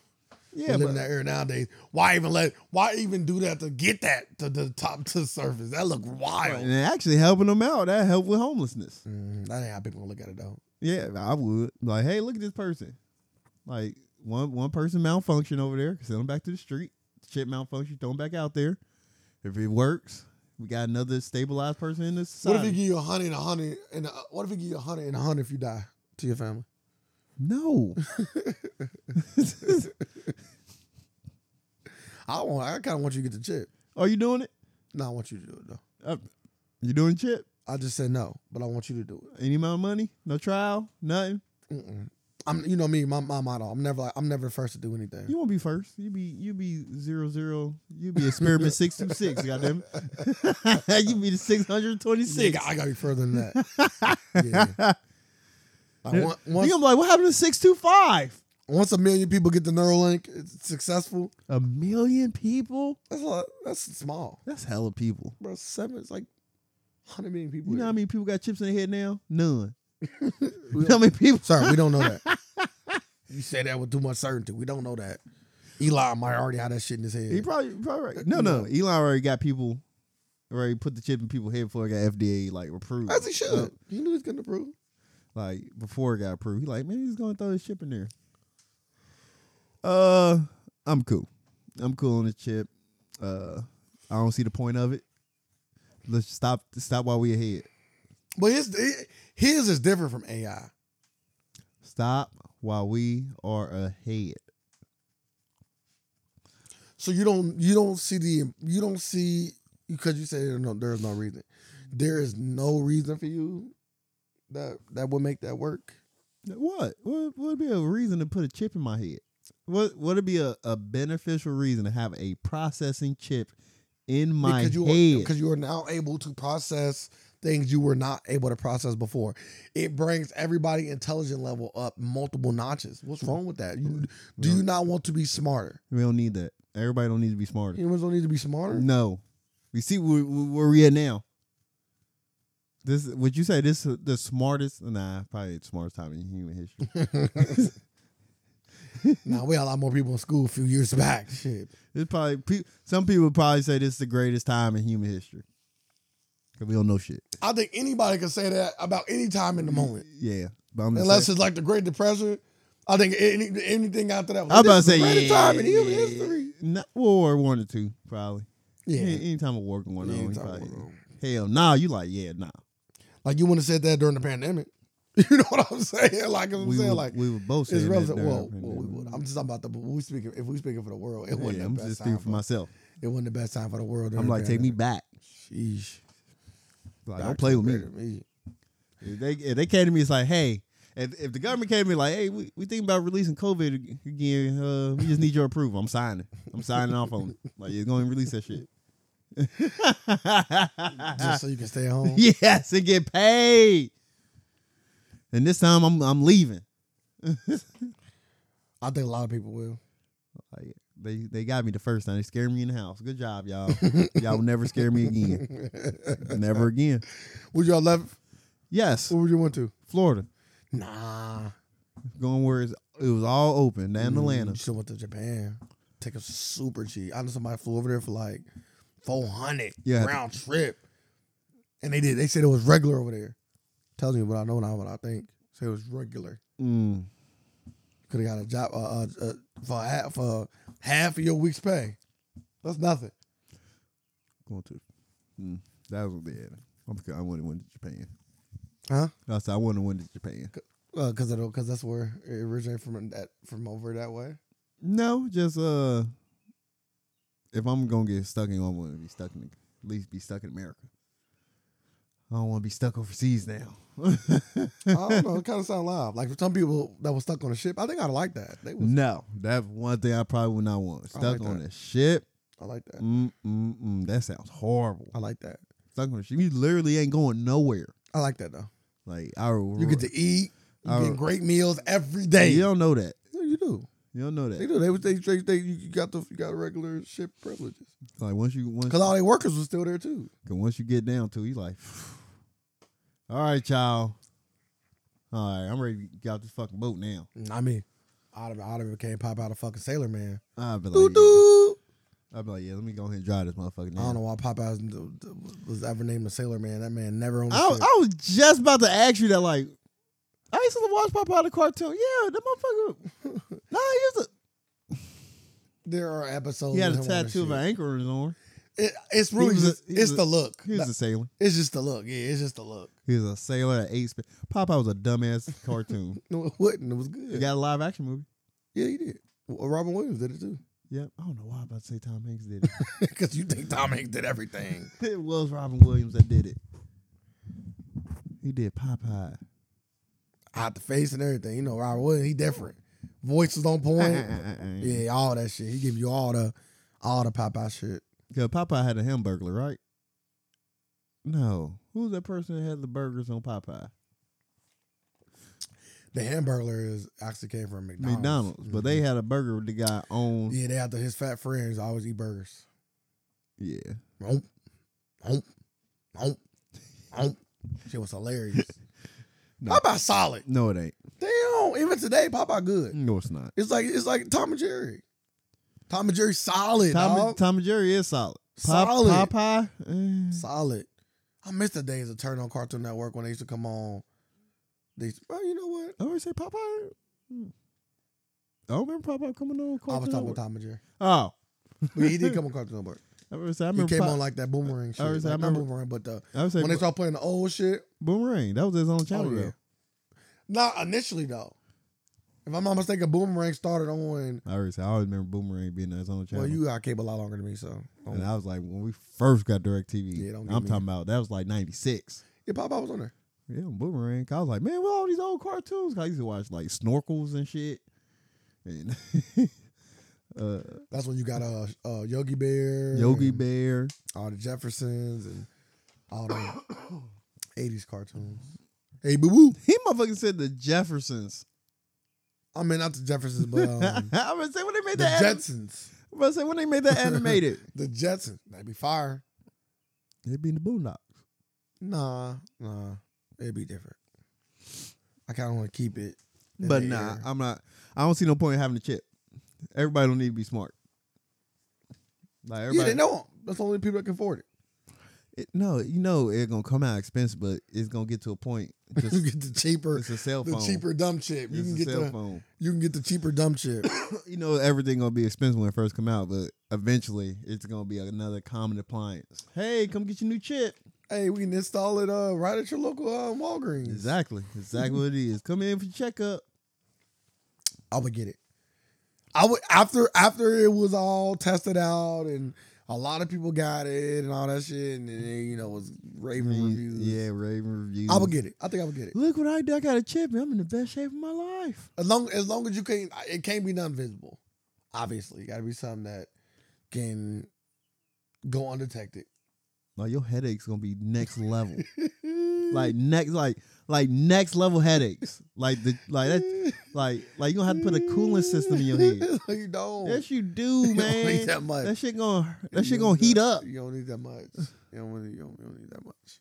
A: Yeah,
B: we live
A: but
B: in that era nowadays. Why even let? Why even do that to get that to the top to the surface? That look wild.
A: and actually helping them out that help with homelessness.
B: Mm, that ain't how people gonna look at it though.
A: Yeah, I would. Like, hey, look at this person. Like one one person malfunction over there. Send them back to the street. Shit malfunction. Throw them back out there. If it works, we got another stabilized person in this
B: What if he
A: society.
B: give you a hundred and a hundred and a, what if he give you a hundred and a hundred if you die to your family?
A: no,
B: I want. I kind of want you to get the chip.
A: are you doing it?
B: No, I want you to do it though.
A: Uh, you doing chip?
B: I just said no, but I want you to do it.
A: Any amount of money? No trial? Nothing.
B: Mm-mm. I'm, you know me, my, my motto. I'm never like, I'm never the first to do anything.
A: You won't be first. You be you be zero zero. You be experiment six two six. Goddamn it! you be the six hundred twenty
B: Yeah, I
A: six.
B: got- I gotta be further than that. yeah. Like,
A: You
B: on- once,
A: gonna be like, what happened to six two five?
B: once a million people get the Neuralink, it's successful.
A: A million people?
B: That's a lot, that's small,
A: That's hella people.
B: bro. Seven, it's like hundred million people.
A: You know how many people got chips in their head now? None.
B: We
A: You know how many people?
B: Sorry, we don't know that. you said that with too much certainty. We don't know that. Eli might already have that shit in his head.
A: He probably, probably right. No, no. Elon already got people, already put the chip in people's head before it got FDA like approved.
B: As he should.
A: Uh,
B: he knew he was gonna prove.
A: like before it got approved. He like, man, he's gonna throw his chip in there. Uh, I'm cool. I'm cool on the chip. Uh, I don't see the point of it. Let's stop. Stop while we're ahead.
B: But his his is different from AI.
A: Stop while we are ahead.
B: So you don't you don't see the you don't see because you say there no there is no reason. There is no reason for you that that would make that work.
A: What? What would be a reason to put a chip in my head? What would it be a, a beneficial reason to have a processing chip in my
B: because you are
A: head?
B: because you are now able to process things you were not able to process before. It brings everybody intelligent level up multiple notches. What's wrong with that? You, do you not want to be smarter?
A: we don't need that. Everybody don't need to be smarter.
B: Humans don't need to be smarter.
A: No, we see where, where we at now. This would you say this is the smartest? Nah, probably the smartest time in human history.
B: Now we had a lot more people in school a few years back. Shit.
A: It's probably pe- some people probably say this is the greatest time in human history because we don't know shit.
B: I think anybody can say that about any time
A: Mm.
B: in the moment.
A: Yeah, but I'm just
B: Unless
A: saying-
B: it's like the Great Depression. I think any, anything after that was
A: I'm about to
B: "This
A: say
B: is the
A: yeah,
B: greatest time in
A: yeah,
B: human
A: yeah, yeah.
B: history.
A: Not War One or two probably.
B: Yeah.
A: Any Anytime a war going on,
B: Yeah,
A: you
B: anytime
A: probably,
B: we're wrong.
A: hell nah, you like, yeah, nah.
B: Like you wouldn't have said that during the pandemic. You know what I'm saying? Like I'm
A: We
B: saying,
A: were,
B: like
A: we were both
B: it's
A: saying that
B: relative.
A: during
B: Well,
A: the
B: well, we
A: pandemic.
B: would. I'm just talking about the. But we speaking. If we speaking for the world, it wasn't.
A: Yeah,
B: the
A: I'm
B: best
A: just
B: time
A: speaking for myself.
B: It wasn't the best time for the world. during
A: I'm
B: the
A: like, take me
B: pandemic.
A: back.
B: Sheesh.
A: Like,
B: Back
A: don't play
B: to
A: with me.
B: greater me.
A: If they if they came to me, it's like, hey, if, if the government came to me, like, hey, we, we think about releasing COVID ag- again. Uh, we just need your approval. I'm signing. I'm signing off on it. Like, you're going to release that shit.
B: Just so you can stay at home.
A: yes, and get paid. And this time, I'm I'm leaving.
B: I think a lot of people will.
A: Like they they got me the first time. They scared me in the house. Good job, y'all. y'all will never scare me again. never again.
B: Would y'all left?
A: Yes,
B: Where would you want to?
A: Florida.
B: Nah.
A: Going where it's, it was all open down in Atlanta.
B: You should Mm, went to Japan. Take a super cheap. I know somebody flew over there for like four hundred
A: Yeah.
B: round trip, and they did. They said it was regular over there. Tells you what I know now, what I think. Say it was regular.
A: Mm.
B: Could have got a job uh, uh, uh, for half for half of your week's pay. That's nothing.
A: Going to mm, that was gonna be it. I'm, I want to win to Japan.
B: Huh?
A: I said I want to win to Japan.
B: Because I don't because that's where it originated from that from over that way.
A: No, just uh, if I'm gonna get stuck in, I want to be stuck in at least be stuck in America. I don't want to be stuck overseas now.
B: I don't know. It kind of sound live. Like for some people that was stuck on a ship, I think I like that. They was,
A: no, that's one thing I probably would not want.
B: I
A: Stuck
B: like
A: on
B: that.
A: a ship.
B: I like that.
A: Mm, mm, mm, that sounds horrible.
B: I like that.
A: Stuck on a ship, you literally ain't going nowhere.
B: I like that though.
A: Like I,
B: You get to eat. You
A: I-
B: get great meals every day.
A: You don't know that.
B: Yeah, you do.
A: You don't know
B: They
A: that.
B: do. They was they, they, they you got the you got regular ship privileges
A: Like once you once
B: because all their workers was still there too.
A: 'Cause once you get down to it, you like, all right, y'all. All right, I'm ready to get out this fucking boat now.
B: I mean, out of out of it can't pop out a fucking sailor man.
A: I'd be
B: Doo
A: like,
B: doo.
A: I'd be like, yeah, let me go ahead and drive this motherfucker
B: I
A: now.
B: don't know why Popeye was, was ever named a sailor man. That man never owned a
A: I,
B: ship.
A: I was just about to ask you that. Like, I used to watch Popeye the cartoon. Yeah, that motherfucker. nah, he used to.
B: there are episodes.
A: He had a
B: with him on the
A: tattoo of
B: ship.
A: an anchor on his arm.
B: It, it's really
A: was a-
B: just,
A: he
B: it's
A: was a-
B: the look.
A: He was
B: Nah,
A: a sailor.
B: it's just the look. Yeah, it's just the look.
A: He was a sailor at eight. Sp- Popeye was a dumbass cartoon.
B: No, it wouldn't. It was
A: You
B: good.
A: got a live action movie.
B: yeah, he did. Well, Robin Williams did it too.
A: Yep. I don't know why I'm about to say Tom Hanks did it.
B: Because you think Tom Hanks did everything.
A: it was Robin Williams that did it. He did Popeye.
B: Out the face and everything. You know, Robin Williams, he different. Voice was on point.
A: yeah.
B: yeah, all that shit. He give you all the all the Popeye shit.
A: Cause Popeye had a hamburger, right? No. Who's that person that had the burgers on Popeye?
B: The hamburger is actually came from McDonald's.
A: McDonald's. But they
B: Mhm.
A: had a burger with the guy on. Yeah.
B: Yeah, they have to, his fat friends always eat burgers. Omp, omp, omp, omp. Shit was hilarious.
A: No.
B: Popeye solid.
A: No, it ain't.
B: Damn, even today, Popeye good.
A: No, it's not.
B: It's like it's like Tom and Jerry. Tom and Jerry solid,
A: Tom,
B: dog.
A: and, Tom and Jerry is solid. Pop,
B: Solid.
A: Popeye. eh.
B: solid. I miss the days of turn on Cartoon Network when they used to come on. They, used- well, you know what?
A: I always say Popeye. Hmm. I don't remember Popeye coming on.
B: I was
A: Cartoon
B: talking
A: Network.
B: about Tom and Jerry.
A: Oh,
B: But he did come on Cartoon Network.
A: I remember. Say, I
B: He
A: remember.
B: came
A: Pop-
B: on like that boomerang shit.
A: I was- I
B: Like, not
A: remember-
B: boomerang, but the
A: I would say
B: when they start playing the old shit.
A: Boomerang. That was his own channel.
B: Oh, yeah.
A: though.
B: Not initially though. If I'm not mistaken, boomerang started on.
A: I always, I always remember Boomerang being on his own channel.
B: Well, you got cable a lot longer than me, so.
A: and I was like, when we first got DirecTV,
B: Yeah, don't get
A: I'm
B: me.
A: talking about that was like '96.
B: Yeah, Popeye was on there.
A: Yeah, Boomerang. 'Cause I was like, man, with all these old cartoons, 'Cause I used to watch like snorkels and shit. And uh,
B: That's when you got uh, uh Yogi Bear,
A: Yogi
B: and
A: Bear.
B: all the Jeffersons, and all the '80s cartoons. Hey, boo boo.
A: He motherfucking said the Jeffersons.
B: I mean, not the Jeffersons, but um,
A: I was say when they made
B: the
A: that. anim-
B: Jetsons.
A: I was say when they made that animated.
B: The Jetsons. That'd be fire.
A: They'd be in the boondocks.
B: Nah, nah. It'd be different. I kind of want to keep it. in
A: But
B: the
A: nah,
B: air.
A: I'm not. I don't see no point in having a chip. Everybody don't need to be smart. Like
B: yeah,
A: everybody,
B: they know 'em. That's the only people that can afford it.
A: It, no, you know it's gonna come out expensive, but it's gonna get to a point.
B: you
A: Just,
B: get the cheaper,
A: it's a cell
B: the
A: phone.
B: cheaper dumb chip. You
A: it's
B: can
A: a
B: get
A: cell
B: the
A: phone.
B: you can get the cheaper dumb chip.
A: You know everything gonna be expensive when it first come out, but eventually it's gonna be another common appliance. Hey, come get your new chip.
B: hey, we can install it uh, right at your local uh, Walgreens.
A: Exactly, exactly what it is. Come in for your checkup.
B: I would get it. I would after after it was all tested out and a lot of people got it and all that shit and then, you know was raving reviews.
A: Mm, Yeah, raving reviews.
B: I would get it. I think I would get it.
A: Look what I did. I got a chip. and I'm in the best shape of my life.
B: As long as long as you can't, it can't be non visible. Obviously, got to be something that can go undetected.
A: Like your headaches gonna be next level. like next, like like next level headaches. Like the like that, like like you gonna have to put a cooling system in your head.
B: No, you don't.
A: Yes, you do,
B: you don't need
A: man.
B: that much.
A: That shit gonna
B: Oh. You
A: that shit
B: don't
A: gonna
B: need
A: heat
B: that-
A: up.
B: You don't need that much. You don't really, you don't, you don't need that much.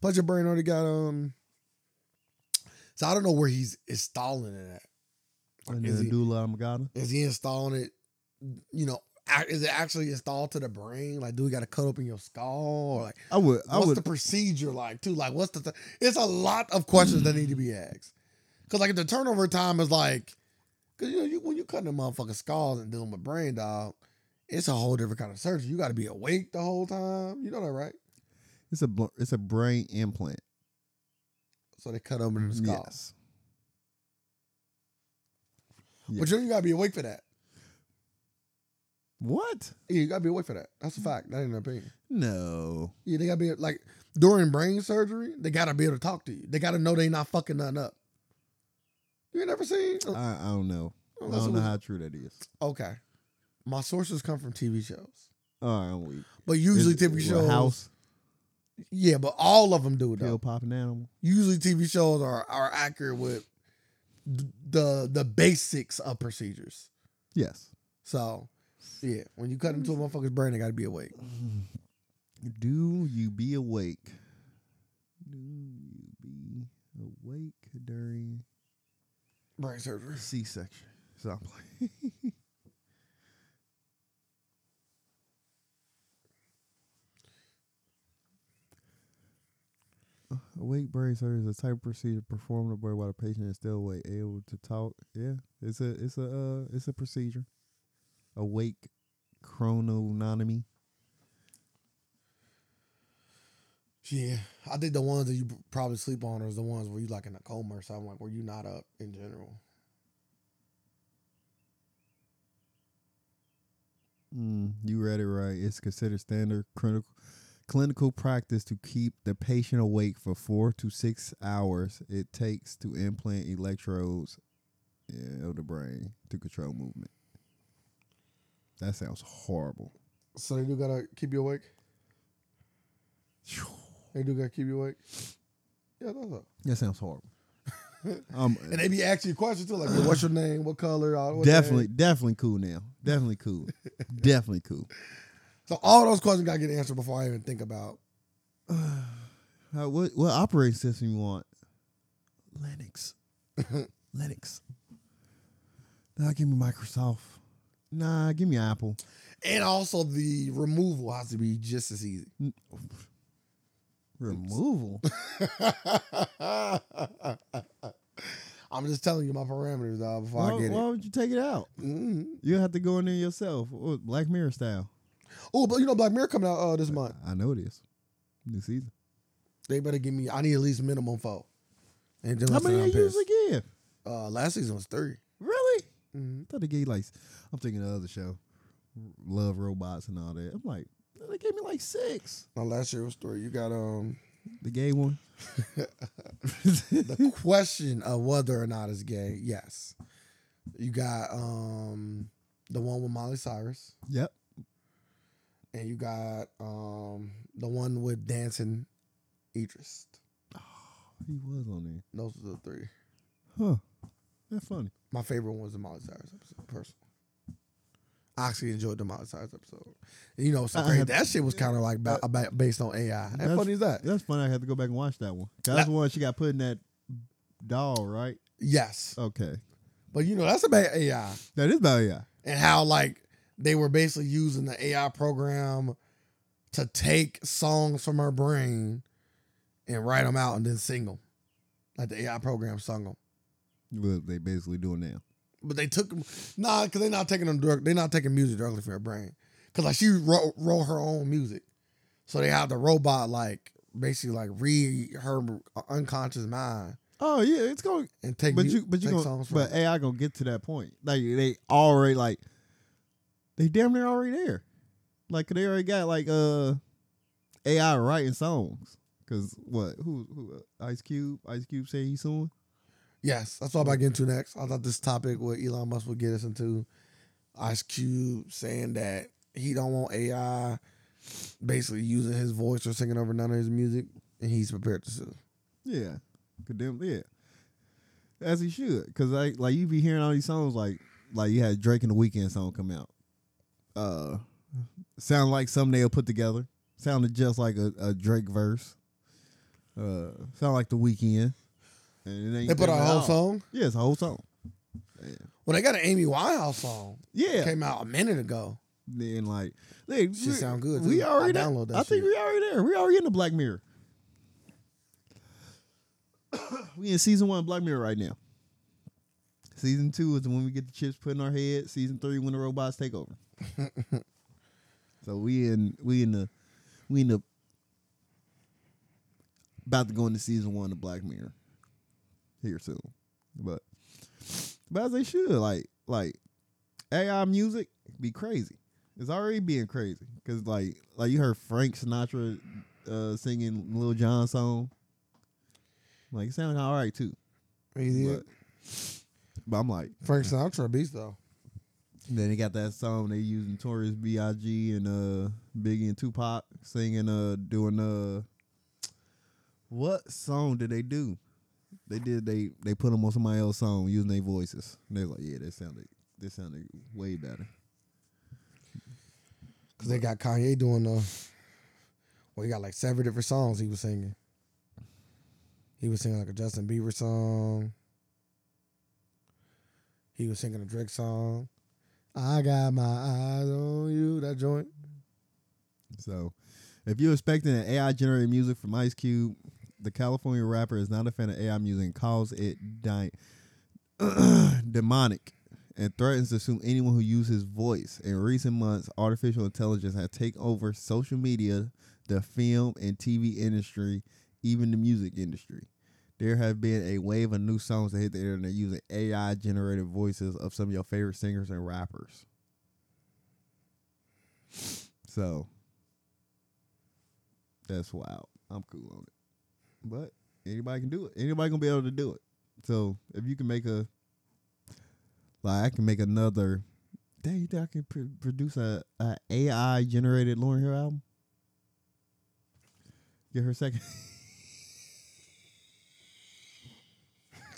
B: Plus, your brain already got um. So I don't know where he's installing it at.
A: And
B: Is
A: then
B: he-
A: doula amagata.
B: Is he installing it? You know, ac- is it actually installed to the brain? Like, do we got to cut open your skull? Or like,
A: I would I
B: what's
A: would
B: the procedure like too? Like, what's the? Th- it's a lot of questions that need to be asked. Cause like the turnover time is like, cause you know you, when you cutting a motherfucking skulls and dealing with brain dog, it's a whole different kind of surgery. You got to be awake the whole time. You know that, right?
A: It's a bl- it's a brain implant.
B: So they cut open
A: Mm,
B: the skull.
A: Yes.
B: But you, know you got to be awake for that.
A: What?
B: Yeah, you got to be awake for that. That's a fact. That ain't an opinion.
A: No.
B: Yeah, they got to be like during brain surgery. They got to be able to talk to you. They got to know they not fucking nothing up. You ain't never seen?
A: I, I don't know. I
B: Unless Oh, it
A: don't know
B: was-
A: how true that is.
B: Okay. My sources come from TV shows.
A: All right, I'm weak.
B: But usually
A: Is-
B: TV
A: is it a
B: shows.
A: house
B: Yeah, but all of them do though.
A: pill popping animal.
B: Usually TV shows are, are accurate with th- the the basics of procedures.
A: Yes.
B: So yeah, when you cut into a motherfucker's brain, they gotta be awake.
A: Do you be awake? Do you be awake during
B: Brain surgery.
A: C-section? So I'm like, awake brain surgery is a type of procedure performed above while the patient is still awake, able to talk. Yeah, it's a it's a uh, it's a procedure. Awake chrononomy.
B: Yeah. I think the ones that you probably sleep on is the ones where you like in a coma or something, like where you not up in general.
A: Mm, you read it right. It's considered standard clinical clinical practice to keep the patient awake for four to six hours it takes to implant electrodes yeah, of the brain to control movement. That sounds horrible.
B: So they do gotta keep you awake?
A: Phew.
B: They do gotta keep you awake? Yeah, that's all.
A: That sounds horrible. um,
B: And they be asking you questions too, like what's your name, what color, all- what's your
A: definitely, definitely cool now. Definitely cool. definitely cool.
B: So all those questions gotta get answered before I even think about.
A: Uh, what what operating system you want? Linux. Linux. Nah, give me Microsoft. Nah, give me Apple.
B: And also the removal has to be just as easy.
A: Removal.
B: I'm just telling you my parameters dog, before
A: why,
B: I get
A: why would you take it out?
B: it. mm
A: You have to go in there yourself. Oh, Black Mirror style.
B: Oh, but you know Black Mirror coming out uh, this month.
A: I know it is. New season.
B: They better give me. I need at least minimum four. And then
A: How
B: listen,
A: many
B: I'm
A: they usually
B: pissed.
A: give?
B: Uh, last season was 3
A: Really?
B: Mm-hmm.
A: I thought they gave like I'm thinking of the other show. Love robots and all that. I'm like, they gave me like six.
B: Now last year was three. You got um
A: The gay one.
B: the question of whether or not it's gay. Yes, you got um the one with Molly Cyrus.
A: Yep.
B: and you got um the one with dancing Idris.
A: He was on there.
B: Those are the three.
A: Huh. That's funny.
B: My favorite one was the Molly Cyrus episode, personally. I actually enjoyed the Molly Cyrus episode. And you know, so
A: I
B: crazy.
A: had-
B: that shit was kind of like ba- ba- based on AI. How
A: That's-
B: funny is that?
A: That's funny. I had to go back and watch that one. That's the one she got put in that doll, right?
B: Yes,
A: Okay.
B: but you know that's about AI
A: That is about yeah.
B: and how like they were basically using the AI program to take songs from her brain and write them out and then sing them, like the AI program sung them.
A: What they basically doing now.
B: But they took them, nah, because they're not taking them direct. They're not taking music directly from her brain. Because like she wrote, wrote her own music, so they have the robot like basically like read her unconscious mind
A: Oh yeah, it's going.
B: and take.
A: But
B: mu-
A: you, but you,
B: take
A: gonna,
B: songs from.
A: but
B: it.
A: AI gonna get to that point. Like they already like, they damn near already there. Like they already got like uh, AI writing songs. Cause what? Who? Who? uh, Ice Cube? Ice Cube say he's suing.
B: yes, that's what I'm about to get into next. I thought this topic what Elon Musk would get us into. Ice Cube saying that he don't want AI basically using his voice or singing over none of his music, and he's prepared to sue.
A: Yeah, condemn. Yeah, as he should, cause like like you be hearing all these songs like like you had Drake and the Weekend song come out. Uh, sound like something they'll put together. Sounded just like a, a Drake verse. Uh, sound like the Weekend. And it ain't
B: They put out a
A: at
B: whole
A: all.
B: song.
A: Yeah, it's a whole song.
B: Well, they got an Amy Winehouse song.
A: Yeah,
B: Came out a minute ago.
A: then like they
B: Shit
A: we-
B: sound good,
A: We
B: too. I
A: already
B: download that
A: I think
B: shit.
A: we already there. We already in the Black Mirror. we in season one of Black Mirror right now. Season two is when we get the chips put in our head. Season three when the robots take over. So we in we in the we in the about to go into season one of Black Mirror here soon, but but as they should like like AI music be crazy. It's already being crazy because like like you heard Frank Sinatra uh, singing Lil Jon song. Like it sounded all right too,
B: Easy.
A: but, but I'm like
B: Frank Sinatra beast though.
A: Then he got that song they using Notorious B.I.G. and uh Biggie and Tupac singing uh doing uh what song did they do? They did they they put them on somebody else's song using their voices. And they're like, yeah, they sounded they sounded way better.
B: Cause they got Kanye doing the. Well, he got like seven different songs he was singing. He was singing like a Justin Bieber song. He was singing a Drake song. I got my eyes on you. That joint.
A: So if you're expecting an AI generated music from Ice Cube, the California rapper is not a fan of AI music and calls it di- demonic and threatens to sue anyone who uses his voice. In recent months, artificial intelligence has taken over social media, the film and TV industry, even the music industry. There have been a wave of new songs that hit the internet using AI generated voices of some of your favorite singers and rappers. So that's wild. I'm cool on it. But anybody can do it. Anybody gonna be able to do it. So if you can make a like I can make another dang you think I can pr- produce a, a AI generated Lauren Hill album? Get her second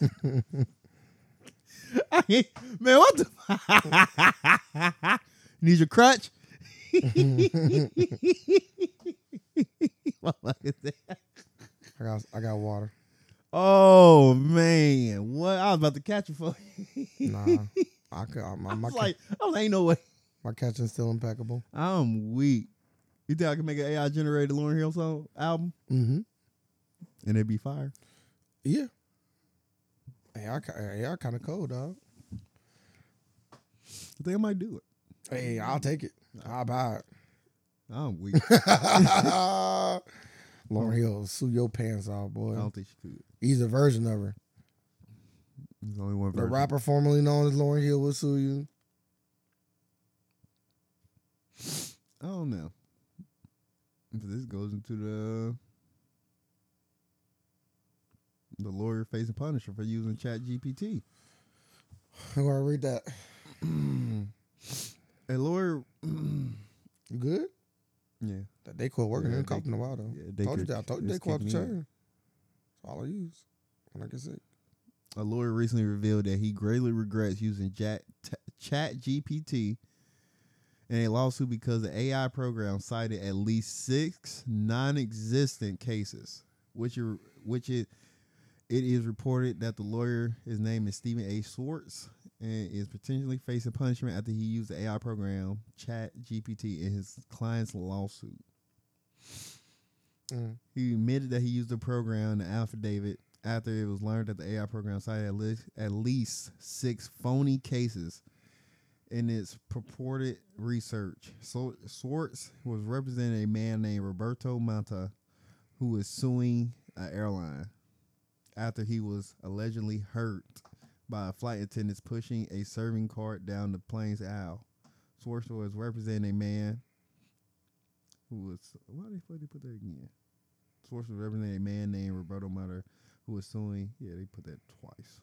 A: I ain't- man, what the Need your crutch? What was that?
B: I got I got water.
A: Oh man, what I was about to catch you for.
B: Nah, I could. I, my
A: I
B: my,
A: was
B: ca-
A: like, I was like, ain't no way.
B: my catching's still impeccable.
A: I'm weak. You think I can make an AI generated Lauren Hill song album
B: Mm-hmm.
A: and it'd be fire?
B: Yeah. Hey, I ki- hey, I kind of cold, dog.
A: I think I might do it.
B: Hey, I'll take it. I'll buy
A: I'm weak.
B: it.
A: Mm.
B: Lauren Hill, sue your pants off,
A: I
B: boy.
A: don't think she could.
B: He's a version of her.
A: There's only one
B: The
A: version.
B: rapper formerly known as Lauren Hill will sue you.
A: I don't know. But this goes into the the lawyer facing punisher for using Chat GPT.
B: I'm gonna read that.
A: A lawyer,
B: You good?
A: yeah.
B: That they quit working
A: Yeah,
B: in a
A: they-
B: in a while though.
A: yeah, they
B: Oh, told you
A: could-
B: that. I told you
A: it's
B: they quit the
A: kicking in.
B: chain. That's all I use when I get sick.
A: A lawyer recently revealed that he greatly regrets using Chat, Chat GPT in a lawsuit because the AI program cited at least six non-existent cases, which are which it it is reported that the lawyer, his name is Stephen A. Schwartz, and is potentially facing punishment after he used the AI program Chat GPT in his client's lawsuit.
B: Mm.
A: He admitted that he used the program in the affidavit after it was learned that the AI program cited at least, at least six phony cases in its purported research. So Swartz was representing a man named Roberto Manta who is suing an airline after he was allegedly hurt by a flight attendant pushing a serving cart down the plane's aisle. Swartz was representing a man who was why the fuck they put that again? Source was representing a man named Roberto Mutter who was suing. Yeah, they put that twice.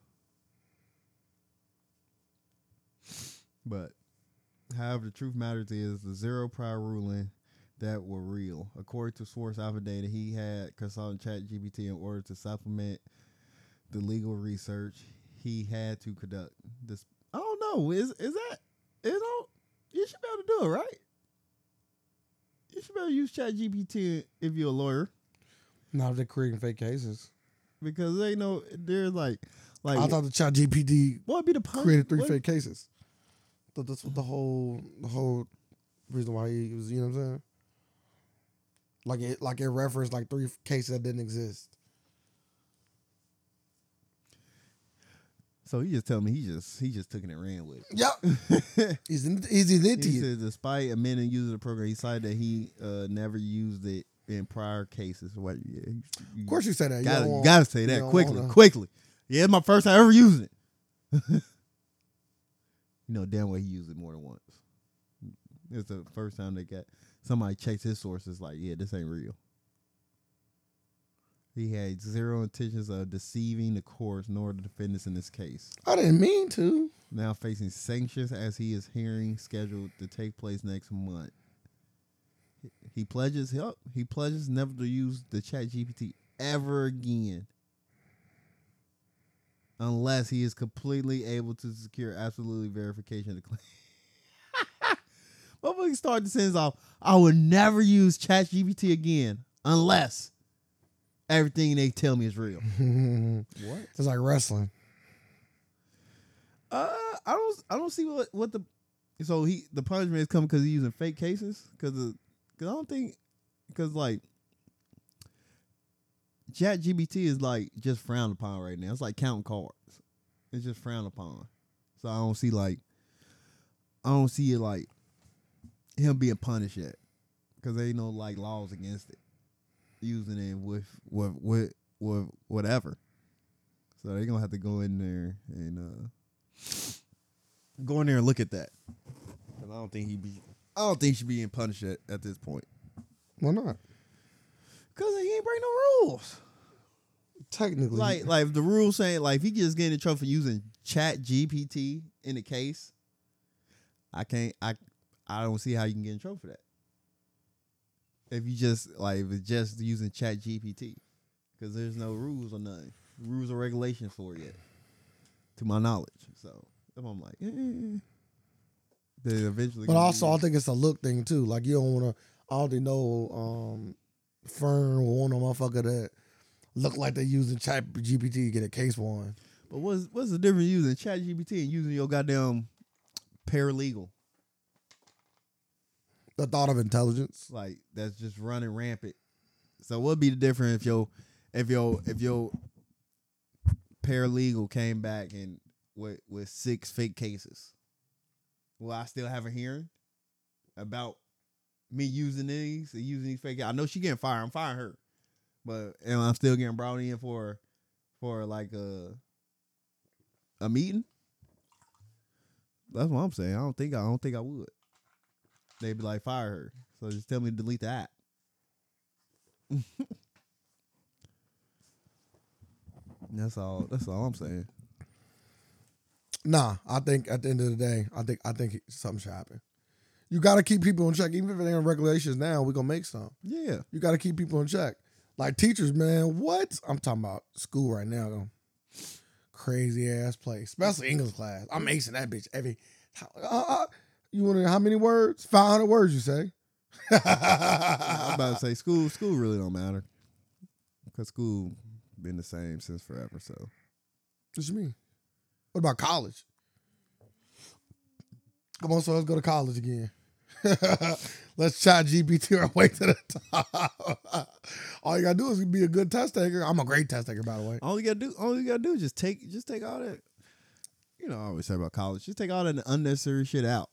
A: But, however, the truth matters is the zero prior ruling that were real. According to source affidavit, he had consulted ChatGPT in order to supplement the legal research he had to conduct. This I don't know. Is is that you know you should be able to do it right? You should be able to use ChatGPT if you're a lawyer
B: Now they're creating fake cases.
A: because they know they're like, like
B: I thought the chat GPD
A: what would be the punch?
B: created three
A: what-
B: fake cases. But that's what the whole the whole reason why he was, you know what I'm saying? Like it like it referenced like three cases that didn't exist.
A: So he just told me he just he just took it and ran with it.
B: Yep. He's in, he's into
A: He
B: you.
A: said, despite amending user of the program, he cited that he uh, never used it in prior cases. What? Yeah, you- you
B: Of course you say that. You
A: gotta
B: don't want-
A: gotta say
B: you
A: that
B: don't
A: quickly,
B: wanna-
A: quickly. Yeah, it's my first time ever using it. you know damn well he used it more than once. It's the first time they got somebody checks his sources. Like, yeah, this ain't real. He had zero intentions of deceiving the courts nor the defendants in this case
B: I didn't mean to.
A: now facing sanctions as he is hearing scheduled to take place next month. He pledges help. He pledges never to use the Chat GPT ever again, unless he is completely able to secure absolutely verification of the claim. Motherfucker start the sentence off. I will never use Chat GPT again unless everything they tell me is real.
B: it's
A: What?
B: like wrestling.
A: Uh, I don't, I don't see what what the, so he the punishment is coming because he's using fake cases because because I don't think because like, Chat GBT is like just frowned upon right now. It's like counting cards. It's just frowned upon. So I don't see like, I don't see it like him being punished yet because there ain't no like laws against it using it with with with with whatever. So they gonna have to go in there and uh go in there and look at that. 'Cause I don't think he be. I don't think she being punished at, at this point.
B: Why not?
A: Cause he ain't break no rules.
B: Technically,
A: Like like if the rules saying like if he just getting in trouble for using Chat GPT in the case, I can't. I I don't see how you can get in trouble for that. If you just like if it's just using Chat GPT, because there's no rules or nothing, rules or regulations for it yet, to my knowledge. So if I'm like, eh. they eventually.
B: but
A: gonna
B: also
A: be-
B: I think it's a look thing too. Like you don't want to. I already know um, Fern will want a motherfucker that look like they using Chat GPT to get a case one.
A: But what's what's the difference using ChatGPT and using your goddamn paralegal?
B: The thought of intelligence.
A: Like that's just running rampant. So what'd be the difference if your if your if your paralegal came back and with with six fake cases? Will I still have a hearing about me using these and using these fake? I know she getting fired. I'm firing her, but am I still getting brought in for for like a a meeting? That's what I'm saying. I don't think I don't think I would. They'd be like fire her. So just tell me to delete the app. that's all. That's all I'm saying.
B: Nah, I think at the end of the day, I think I think something should happen. You got to keep people in check, even if it ain't on regulations. Now we gonna make some.
A: Yeah.
B: You got to keep people in check. Like teachers, man, what? I'm talking about school right now. Crazy ass place, especially English class. I'm acing that bitch every. Uh, uh, you want to how many words? Five hundred words, you say?
A: I'm about to say school. School really don't matter because school been the same since forever. So
B: What you mean? What about college? Come on, so let's go to college again. let's chat GPT our way to the top. All you gotta do is be a good test taker. I'm a great test taker, by the way.
A: all you gotta do, all you gotta do, is just take, just take all that. You know, I always say about college, just take all that unnecessary shit out.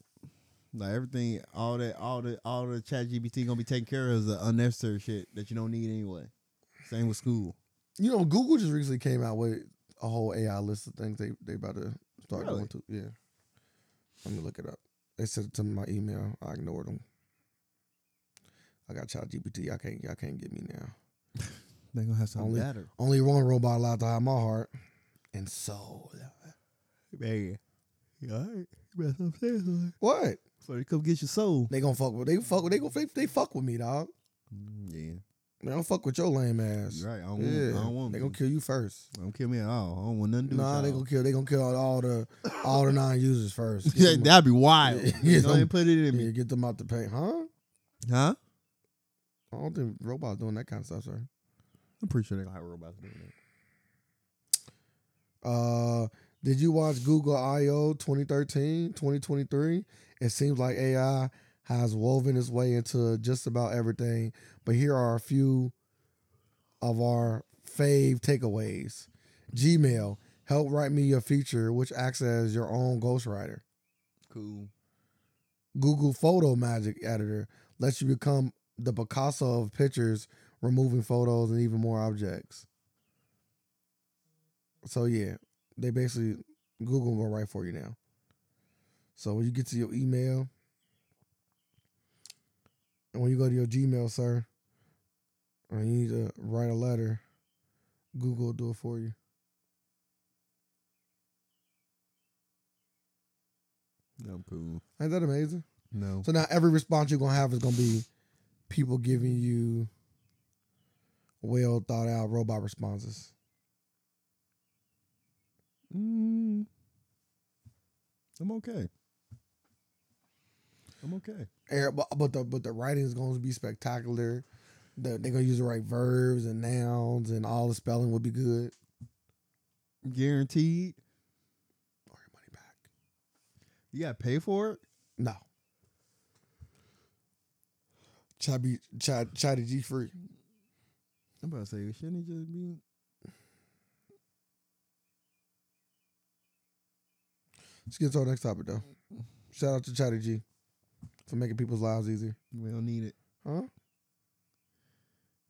A: Like everything, all that, all the, all the Chat GPT gonna be taken care of is the unnecessary shit that you don't need anyway. Same with school.
B: You know, Google just recently came out with a whole AI list of things they they about to start
A: Really?
B: going to. Yeah, let me look it up. They sent it to my email. I ignored them. I got Chat GPT. I can't. Y'all can't get me now.
A: They gonna have something
B: Only-
A: better.
B: Only one robot allowed to hide my heart and soul.
A: Man, you all right? That's what I'm saying. son.
B: What?
A: So they come get your soul.
B: They gonna fuck with? They fuck with? They go? They, they fuck with me, dog.
A: Mm, Yeah,
B: They don't fuck with your lame ass.
A: you're right. I don't,
B: Yeah,
A: want, I don't want.
B: they gonna kill you first.
A: don't kill me at all. I don't want nothing to do.
B: Nah,
A: with
B: they
A: y'all.
B: gonna kill. They gonna kill all the all the non users first.
A: Yeah,
B: Get them,
A: that'd be wild.
B: Yeah,
A: you know,
B: them-
A: they put it in
B: yeah,
A: me,
B: get them out the paint, huh?
A: huh?
B: I don't think robots doing that kind of stuff, sir.
A: I'm pretty sure they gonna have robots doing that.
B: Uh, did you watch Google I/O 2013, 2023? It seems like AI has woven its way into just about everything, but here are a few of our fave takeaways. Gmail Help write me your feature, which acts as your own ghostwriter.
A: Cool.
B: Google Photo Magic Editor lets you become the Picasso of pictures, removing photos and even more objects. So yeah, they basically Google will write for you now. So when you get to your email, and when you go to your Gmail, sir, and you need to write a letter, Google will do it for you.
A: I'm cool.
B: Ain't that amazing?
A: No.
B: So now every response you're gonna have is gonna be people giving you well thought out robot responses.
A: Mm, I'm okay. I'm okay.
B: Eh, But but the but the writing is gonna be spectacular. The, they're gonna use the right verbs and nouns, and all the spelling will be good.
A: Guaranteed.
B: Or your money back.
A: You gotta pay for it.
B: No. Chatty Chat Chatty G free.
A: I'm about to say, shouldn't it just be?
B: Let's get to our next topic though. Shout out to Chatty G for making people's lives easier.
A: We don't need it.
B: Huh?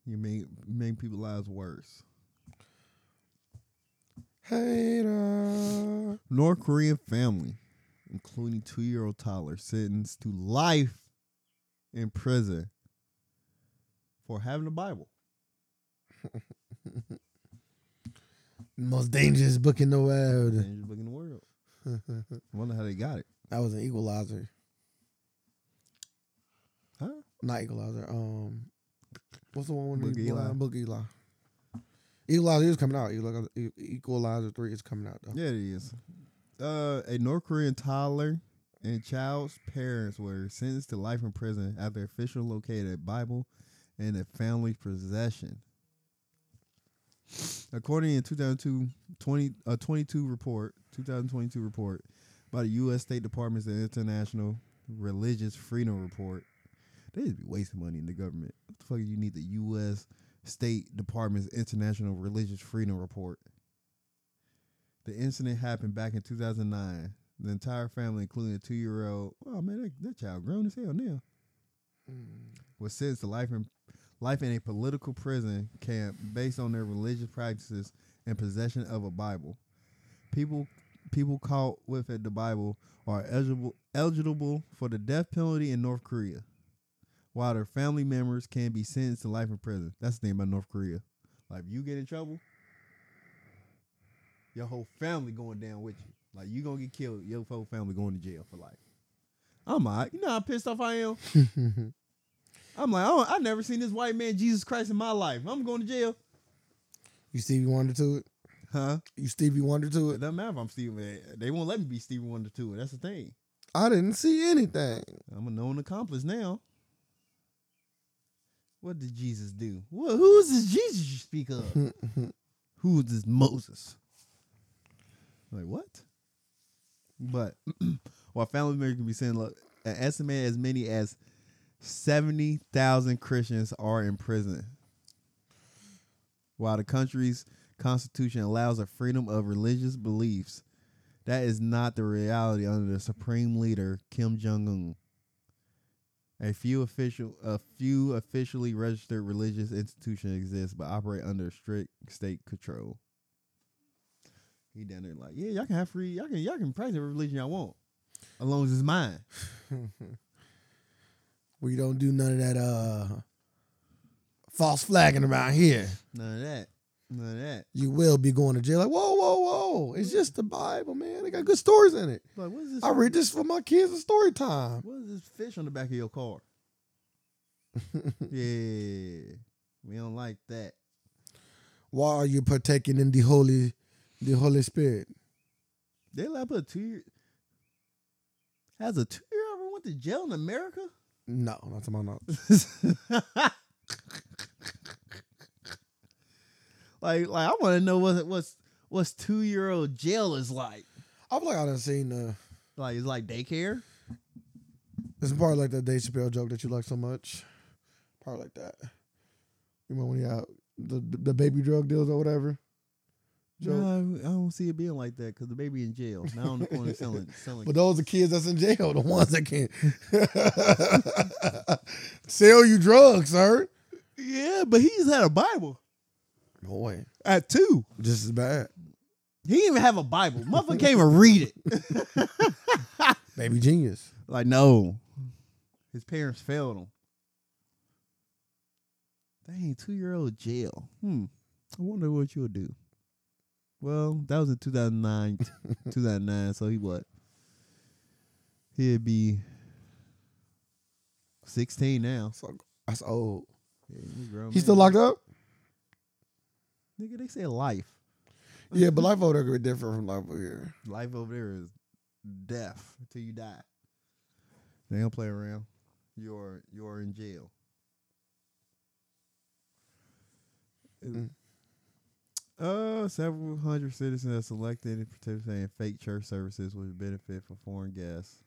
A: You make make people's lives worse.
B: Hater.
A: North Korean family, including two year old toddler, sentenced to life in prison for having a Bible.
B: Most dangerous book in the world.
A: Dangerous book in the world. I wonder how they got it.
B: That was an equalizer.
A: Huh?
B: Not equalizer. Um what's the one with
A: Book of
B: the
A: Eli.
B: blind book Eli? Equalizer is coming out. Equalizer, equalizer three is coming out though.
A: Yeah, it is. Uh, a North Korean toddler and child's parents were sentenced to life in prison after officials located a Bible in the family's possession. According to 2002 20, uh, 22 report, 2022 report by the U.S. State Department's International Religious Freedom Report, they just be wasting money in the government. What the fuck do you need the U.S. State Department's International Religious Freedom Report? The incident happened back in 2009. The entire family, including a two-year-old, oh man, that, that child grown as hell now, was sentenced to life in life in a political prison camp based on their religious practices and possession of a Bible. People people caught with the Bible are eligible eligible for the death penalty in North Korea, while their family members can be sentenced to life in prison. That's the thing about North Korea. Like, if you get in trouble, your whole family going down with you. Like you gonna get killed, your whole family going to jail for life. I'm alright. You know how pissed off I am. I'm like, oh, I never seen this white man Jesus Christ in my life. I'm going to jail,
B: you Stevie Wonder to it?
A: huh?
B: You Stevie Wonder to
A: It
B: it?
A: doesn't matter if I'm Steven. They won't let me be Steven Wonder too. That's the thing.
B: I didn't see anything.
A: I'm a known accomplice now. What did Jesus do? What? Who is this Jesus you speak of? who is this Moses? Like what? But while family members can be saying, look, an estimated as many as seventy thousand Christians are in prison, while the country's constitution allows a freedom of religious beliefs. That is not the reality under the supreme leader Kim Jong Un. A few official, a few officially registered religious institutions exist, but operate under strict state control. He down there like, yeah, y'all can have free, y'all can, y'all can practice whatever religion y'all want, as long as it's mine.
B: We don't do none of that uh false flagging around here.
A: None of that, none of that.
B: You will be going to jail. Like, whoa, whoa, whoa. It's just the Bible, man. They got good stories in it.
A: Like, what is this?
B: I read this for my kids in story time.
A: What is this fish on the back of your car? yeah, we don't like that.
B: Why are you partaking in the Holy the Holy Spirit?
A: They allowed put a two year. Has a two year old ever went to jail in America?
B: No, not to my knowledge.
A: like, like I want to know what what's what's two year old jail is like.
B: I feel like I done seen uh
A: Like it's like daycare.
B: it's probably like that Dave Chappelle joke that you like so much. Probably like that. You remember when he out the the baby drug deals or whatever? Joe?
A: No, I don't see it being like that because the baby in jail now on the corner selling selling.
B: But those are kids that's in jail, the ones that can sell you drugs, sir.
A: yeah, but he's had a Bible
B: Boy,
A: at two.
B: just as bad.
A: He didn't even have a Bible. Motherfucker can't even read it.
B: Baby genius.
A: Like no, his parents failed him. Dang, two year old jail. Hmm. I wonder what you'll do. Well, that was in two thousand nine, two thousand nine. So he what? He'd be sixteen now.
B: That's, like- that's old.
A: Yeah, he's a grown
B: He's still
A: man.
B: locked up?
A: Nigga, they say life.
B: Yeah, but life over there could be different from life over here.
A: Life over there is death until you die. They don't play around. You're you're in jail.
B: Mm.
A: Uh, several hundred citizens are selected and participating in fake church services which benefit from foreign guests.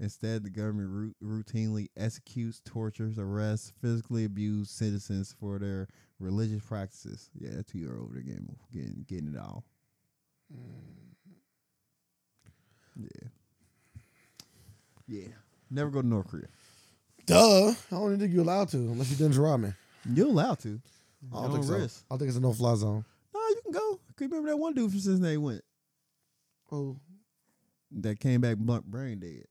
A: Instead, the government ru- routinely executes, tortures, arrests, physically abuse citizens for their religious practices. Yeah, that two year old over there getting, getting getting it all. Yeah. Yeah. Never go to North Korea.
B: Duh. I don't even think you're allowed to unless you didn't rob me.
A: You're allowed to. Get
B: I don't think
A: on
B: so.
A: risk.
B: I think it's a no fly zone.
A: No, you can go. 'Cause you remember that one dude from Cincinnati went
B: Oh,
A: that came back blunt brain dead.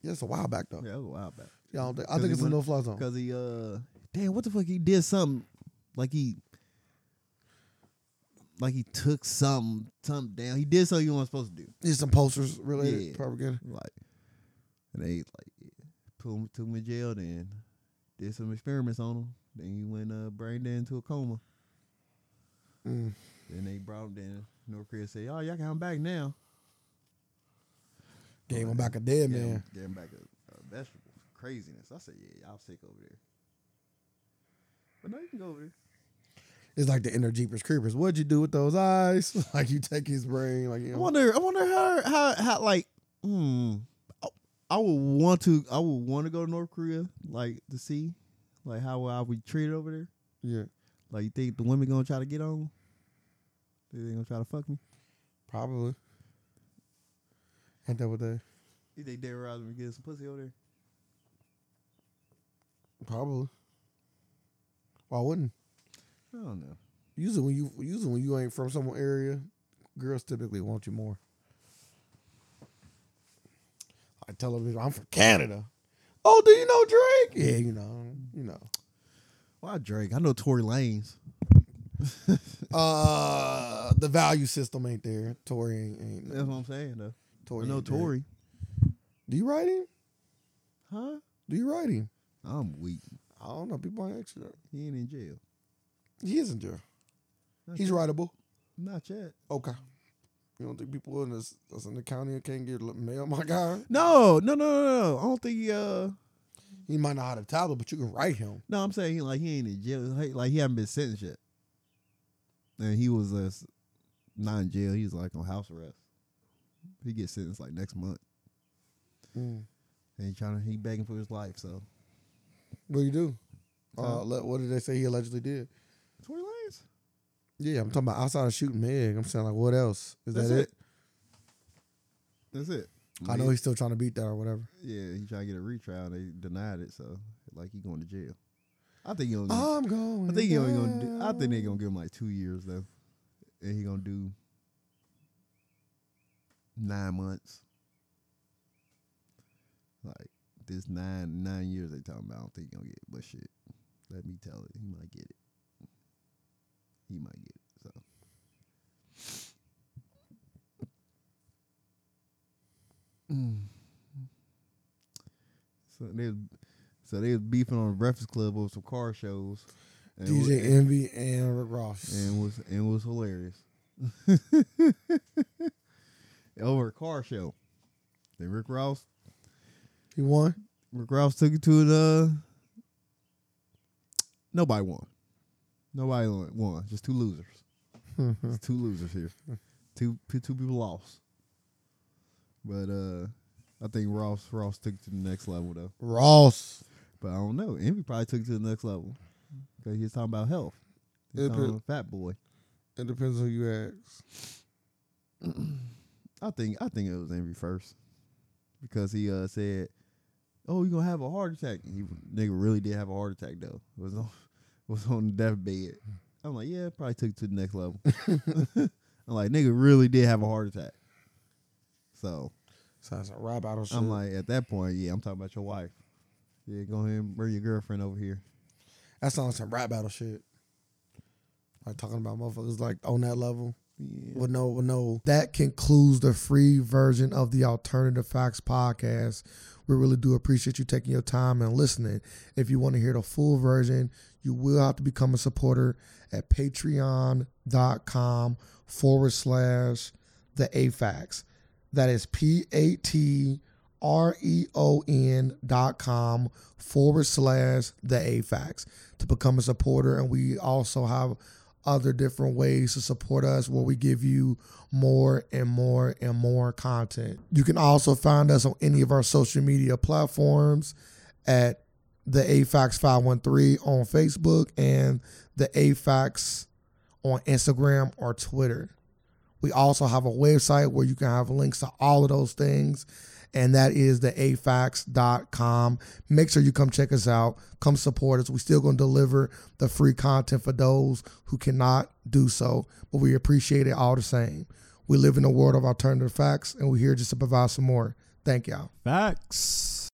B: yeah, it's a while back though.
A: Yeah, that was a while back.
B: Yeah, I, don't think, I
A: Cause
B: think
A: he
B: it's a
A: went-
B: no fly zone.
A: Cause he uh damn what the fuck he did something like he like he took some something down. He did something you weren't supposed to do.
B: There's some posters related
A: Yeah.
B: propaganda.
A: Like and they like yeah, put him took him in jail then did some experiments on him. Then he went uh brain dead into a coma.
B: Mm.
A: Then they brought him then North Korea said, Oh, y'all can come back now.
B: Gave him back a dead
A: Gave him-
B: man.
A: gave him back a, a vegetable. Craziness. I said, Yeah, y'all sick over there. But no, you can go over there.
B: It's like the inner Jeepers Creepers. What'd you do with those eyes? like you take his brain, like you
A: I
B: know.
A: wonder I wonder how how how like hmm I, I would want to I would want to go to North Korea, like to see like how I would treat it over there.
B: Yeah,
A: Like you think the women gonna try to get on? They gonna try to fuck me?
B: probably. Ain't that what they?
A: You think Dave Robinson would get some pussy over there?
B: Probably. Why wouldn't?
A: I don't know.
B: Usually when you usually when you ain't from some area, girls typically want you more. I tell them I'm from Canada. Oh, do you know Drake? Yeah, you know, you know.
A: Why Drake? I know Tory Lanez.
B: Uh, the value system ain't there. Tory ain't. ain't
A: That's what I'm saying though.
B: Tory
A: I know
B: ain't there.
A: Tory.
B: Do you write him?
A: Huh?
B: Do you write him?
A: I'm weak.
B: I don't know. People ain't actually.
A: He ain't in jail.
B: He is in jail.
A: Not
B: He's
A: yet.
B: writable.
A: Not yet.
B: Okay. You don't think people in this that's in the county can't get mail? My God,
A: No, no, no, no, no. I don't think he uh
B: he might not have a tablet, but you can write him.
A: No, I'm saying he, like he ain't in jail. Like, like he haven't been sentenced yet. And he was uh, s- not in jail. He was like on house arrest. He gets sentenced like next month. Mm. And he trying to he begging for his life. So
B: What do you do?
A: Huh?
B: Uh, le- what did they say he allegedly did?
A: Tory Lanez.
B: Yeah, I'm talking about outside of shooting Meg. I'm saying like, what else is
A: That's
B: that? It?
A: it. That's it.
B: I know he's still trying to beat that or whatever.
A: Yeah, he trying to get a retrial. They denied it. So like he going to jail. I think he only.
B: I'm going.
A: I think he only gonna. Do, I think they
B: down.
A: gonna give him like two years though, and he gonna do nine months. Like this nine nine years they talking about. I don't think he gonna get, it, but shit, let me tell it, he might get it. He might get it. So Mm. So they was, so they was beefing on the Breakfast Club over some car shows. And it was-
B: DJ Envy and Rick Ross.
A: and it was and it was hilarious. Over a car show. Then Rick Ross
B: he won.
A: Rick Ross took it to the nobody won. Nobody won. won. Just two losers. Just two losers here. Two two two people lost. But uh I think Ross Ross took it to the next level though.
B: Ross.
A: But I don't know. Envy probably took it to the next level. Cause he's talking about health. He's
B: Yeah,
A: talking
B: but-
A: about fat boy.
B: It depends who you ask.
A: I think I think it was Envy first because he uh, said, "Oh, you gonna have a heart attack." And he nigga really did have a heart attack though. Was on was on the deathbed. I'm like, yeah, probably took it to the next level. I'm like, nigga really did have a heart attack. So
B: So that's a rap battle shit.
A: I'm like, at that point, yeah, I'm talking about your wife. Yeah, go ahead and bring your girlfriend over here.
B: that sounds like some rap battle shit. Like talking about motherfuckers like on that level.
A: Yeah.
B: Well, no, well, no. That concludes the free version of the Alternative Facts podcast. We really do appreciate you taking your time and listening. If you want to hear the full version, you will have to become a supporter at patreon.com forward slash the AFAX. That is P A T R E O N dot com forward slash the AFAX to become a supporter. And we also have other different ways to support us where we give you more and more and more content. You can also find us on any of our social media platforms at the AFAX 513 on Facebook and the AFAX on Instagram or Twitter. We also have a website where you can have links to all of those things, and that is the afax.com. Make sure you come check us out, come support us. We're still going to deliver the free content for those who cannot do so, but we appreciate it all the same. We live in a world of alternative facts, and we're here just to provide some more. Thank y'all.
A: Facts.